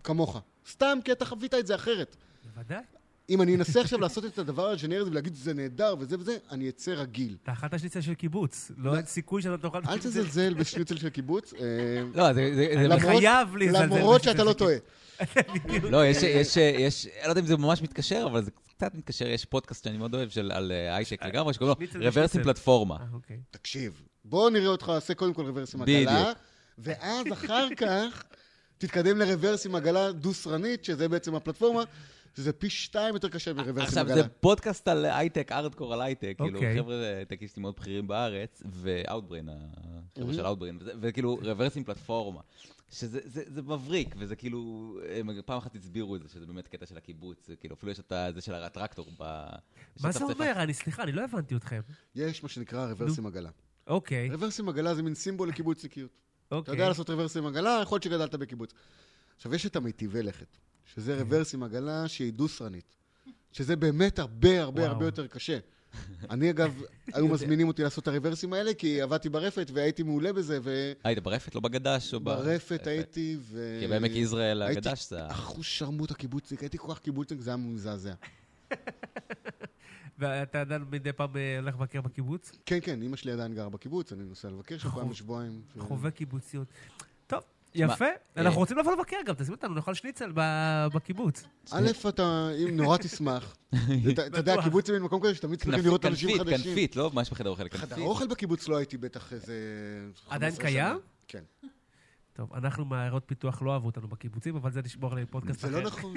S3: כמוך. סתם כי אתה חווית את זה אחרת.
S1: בוודאי.
S3: אם אני אנסה עכשיו לעשות את הדבר הג'נרי הזה ולהגיד זה נהדר וזה וזה, אני אצא רגיל.
S1: אתה אכלת שניצל של קיבוץ, לא אין סיכוי שאתה תאכל
S3: אל
S1: שניצל.
S3: תזלזל בשניצל של קיבוץ, אה,
S2: לא, זה... זה- זה-
S3: למרות-
S1: חייב לזלזל
S3: למרות
S1: בשניצל
S3: שאתה
S1: של
S3: לא
S1: קיבוץ.
S3: טועה.
S1: בדיוק.
S2: לא, יש, יש, יש, אני לא יודע אם זה ממש מתקשר, אבל זה קצת מתקשר, יש פודקאסט שאני מאוד אוהב של, על אה, הייטק לגמרי, שקוראים
S1: שניצל
S2: לו רוורסים
S1: ושניצל.
S2: פלטפורמה.
S1: אה, אוקיי.
S3: תקשיב, בואו נראה אותך עושה קודם כל רוורס עם
S2: בדיוק.
S3: עגלה, ואז אחר כך תתקדם לרוורס עם עגלה דו-סרנית, שזה בעצם הפלטפורמה, שזה פי שתיים יותר קשה מרוורס עם
S2: עכשיו,
S3: עגלה.
S2: זה פודקאסט על הייטק, ארדקור על הייטק, כאילו,
S1: אוקיי.
S2: חבר'ה הייטקיסטים מאוד בכירים בארץ, ו-outbrain,
S3: אוקיי.
S2: החבר'ה של outbrain, וזה- וכאילו רוורסים פלטפורמה. שזה זה- זה מבריק, וזה כאילו, הם פעם אחת הסבירו את זה, שזה באמת קטע של הקיבוץ, זה כאילו, אפילו יש את ה- זה של הטרקטור ב...
S1: מה
S2: יש
S1: זה
S2: את הצפצפה.
S1: אומר? אני סליחה, אני לא הבנתי אתכם.
S3: יש מה שנקרא רוורס עם עגלה.
S1: אוקיי,
S3: רוורס עם עגלה זה מין סימבול לקיבוצניקיות. אתה
S1: אוקיי.
S3: יודע לעשות רוורס עם עגלה, יכול להיות שגדלת בקיבוץ. עכשיו, יש את המיטיבי לכת,
S2: אוקיי.
S3: שזה רוורס עם עגלה שהיא דו-סרנית. שזה באמת הרבה הרבה
S1: וואו.
S3: הרבה יותר קשה. אני אגב, היו מזמינים אותי לעשות את הרוורסים האלה, כי עבדתי ברפת והייתי מעולה בזה, ו...
S2: היית ברפת? לא בגדש? או ב-
S3: ברפת הייתי, ו...
S2: כי בעמק יזרעאל
S3: הייתי-
S2: הגדש זה... ה-
S3: אחוז שרמוט הקיבוצניק, הייתי כל כך קיבוצניק, זה היה מזעזע.
S1: ואתה עדיין מדי פעם אה, הולך לבקר בקיבוץ?
S3: כן, כן, אימא שלי עדיין גרה בקיבוץ, אני נוסע לבקר שם
S1: חוב-
S3: פעם בשבועיים. ו-
S1: חווה קיבוציות. טוב, יפה.
S2: אה,
S1: אנחנו רוצים לבוא לבקר גם, תזמין אותנו, נאכל שניצל ב- בקיבוץ.
S3: א', אתה אם נורא תשמח. אתה אתה יודע,
S1: בטוח.
S3: הקיבוץ זה מין מקום כזה שתמיד צריכים לראות אנשים
S2: כנפית,
S3: חדשים.
S2: כנפית, לא ממש בחדר אוכל,
S3: חדר
S2: כנפית.
S3: אוכל בקיבוץ לא הייתי בטח איזה... 15
S1: עדיין
S3: שנה.
S1: קיים?
S3: כן.
S1: טוב, אנחנו מעיירות פיתוח לא אהבו אותנו בקיבוצים, אבל זה נשמור לפודקאסט
S3: זה
S1: אחר.
S3: לא נכון.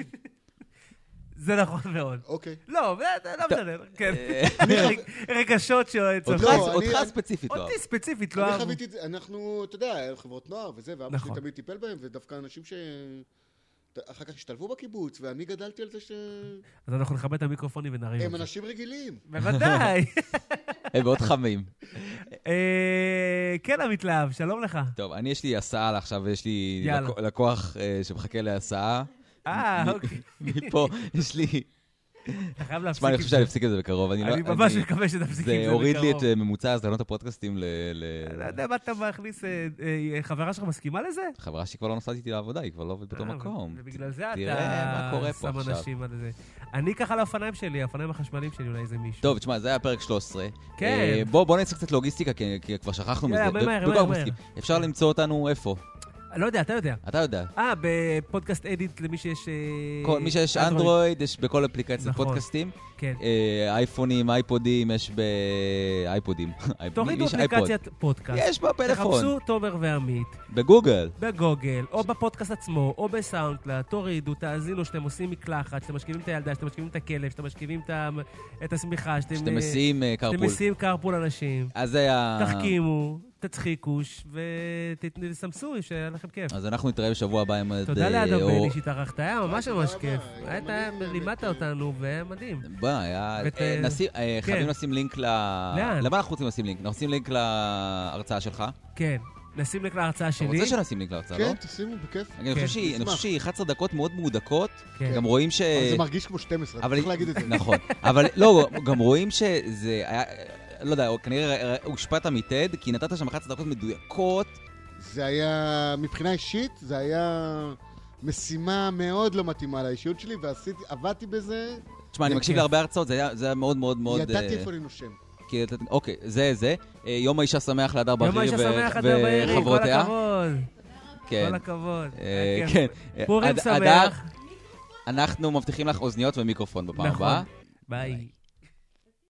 S1: זה נכון מאוד.
S3: אוקיי.
S1: לא, זה- זה לא משנה, כן.
S2: אה,
S3: אני
S1: רגשות
S2: אותך-
S1: שצריך...
S3: לא, אני-
S2: אותך
S3: אני-
S2: ספציפית לא.
S1: אותי ספציפית לא
S3: אני
S1: אהבו.
S3: חוויתי את זה, אנחנו, אתה יודע, היה חברות נוער וזה, ואבא שלי
S1: נכון.
S3: תמיד טיפל בהם, ודווקא אנשים ש... אחר כך השתלבו בקיבוץ, ואני גדלתי על זה שהם
S1: אז אנחנו נכבד את המיקרופונים ונרים. את זה.
S3: אנשים רגילים.
S1: בוודאי.
S2: הם מאוד חמים.
S1: אה, כן, עמית להב, שלום לך.
S2: טוב, אני יש לי הסעה עכשיו, יש לי
S1: יאללה.
S2: לקו- לקוח אה, שמחכה להסעה.
S1: אה,
S2: מ-
S1: אוקיי.
S2: מפה, יש לי...
S1: אתה חייב להפסיק
S2: תשמע,
S1: עם
S2: אני
S1: זה.
S2: חושב שאני אפסיק את זה בקרוב. לא-
S1: אני ממש
S2: אני-
S1: מקווה שתפסיק עם זה
S2: זה הוריד לי את
S1: בקרוב.
S2: אה, ממוצע הזדמנות הפודקאסטים ל- ל-
S1: אני לא יודע מה אתה מכניס, אה, אה, חברה שלך מסכימה לזה?
S2: חברה שכבר לא נוסעת איתי לעבודה, היא כבר לא עובדת באותו
S1: אה,
S2: מקום.
S1: ובגלל זה
S2: תראה מה
S1: אתה
S2: קורה פה
S1: שם
S2: עכשיו.
S1: אנשים על זה. אני ככה על האופניים שלי, האופניים החשמליים שלי אולי איזה מישהו.
S2: טוב, תשמע, זה היה פרק 13.
S1: כן.
S2: אה, בוא בוא נעשה קצת לוגיסטיקה, כי כי כבר שכחנו מזה.
S1: יאללה, מהר, מהר,
S2: בכל
S1: מהר,
S2: אופן, אפשר למצוא אותנו איפה?
S1: לא יודע, אתה יודע.
S2: אתה יודע.
S1: אה, בפודקאסט אדיט למי שיש... אה,
S2: כל מי שיש אנדרואיד, יש בכל אפליקציות
S1: נכון.
S2: פודקאסטים.
S1: כן.
S2: אה, אייפונים, אייפודים, יש באייפודים.
S1: תורידו אפליקציית פודקאסט.
S2: יש בפלאפון,
S1: תחפשו תומר ועמית
S2: בגוגל.
S1: בגוגל, או בפודקאסט עצמו, או בסאונדקלאד, תורידו, תאזינו, שאתם עושים מקלחת, שאתם משכיבים את הילדה, שאתם משכיבים את הכלב, שאתם משכיבים את ה- את השמיכה, שאתם...
S2: שאתם
S1: אה,
S2: מסיעים אה,
S1: שאתם
S2: carpool.
S1: מסיעים קרפול אנשים.
S2: אז זה ה...
S1: תחכימו, תצחיקו, ש- ותסמסו, שיהיה לכם כיף.
S2: אז אנחנו נתראה בשבוע הבא עם... עוד,
S1: תודה
S2: אה,
S1: ליד
S2: אור.
S1: הבני שהתארחת, היה ממש
S3: תודה
S1: ממש
S3: רבה, אה,
S1: כיף.
S3: גם
S1: היית,
S3: אני,
S1: לימדת
S3: האמת,
S1: אותנו, והיה מדהים.
S2: בוא, היה...
S1: ואת-
S2: אה, נשים- אה,
S1: כן.
S2: חייבים לשים לינק ל...
S1: לאן?
S2: למה אנחנו רוצים לשים לינק? אנחנו נשים לינק להרצאה שלך.
S1: כן, נשים לכל ההרצאה
S2: אתה
S1: שלי.
S2: רוצה שנשים לינק להרצאה, לא?
S3: כן, תשימו, בכיף.
S2: אני
S1: כן,
S2: חושב שהיא- אני
S3: נשמח.
S2: חושב שהיא 11 דקות מאוד מהודקות.
S1: כן.
S2: גם רואים ש...
S3: אבל זה מרגיש כמו 12, אתה צריך להגיד את זה.
S2: נכון. אבל לא, גם רואים שזה היה, לא יודע, כנראה הושפעת מטד, כי נתת שם 11 דקות מדויקות.
S3: זה היה, מבחינה אישית, זה היה משימה מאוד לא מתאימה לאישיות שלי, ועשיתי, עבדתי בזה,
S2: תשמע, אני
S3: זה
S2: מקשיב
S3: כיף.
S2: להרבה הרצאות, זה היה- זה היה מאוד מאוד מאוד...
S3: ידעתי
S2: אה,
S3: איפה אני נושם.
S2: כי ידעתי- אוקיי, זה זה. אה, יום האישה שמח להדר
S1: יום
S2: בכיר
S1: האיש השמח, אדר בערב, כל
S2: וחברותיה.
S1: הכבוד.
S2: אה? כן.
S1: כל הכבוד.
S2: אה,
S1: היה כיף.
S2: כן.
S1: פורים
S2: עד-
S1: שמח.
S2: עד- אנחנו מבטיחים לך אוזניות ומיקרופון בפעם
S1: נכון.
S2: הבאה.
S1: ביי.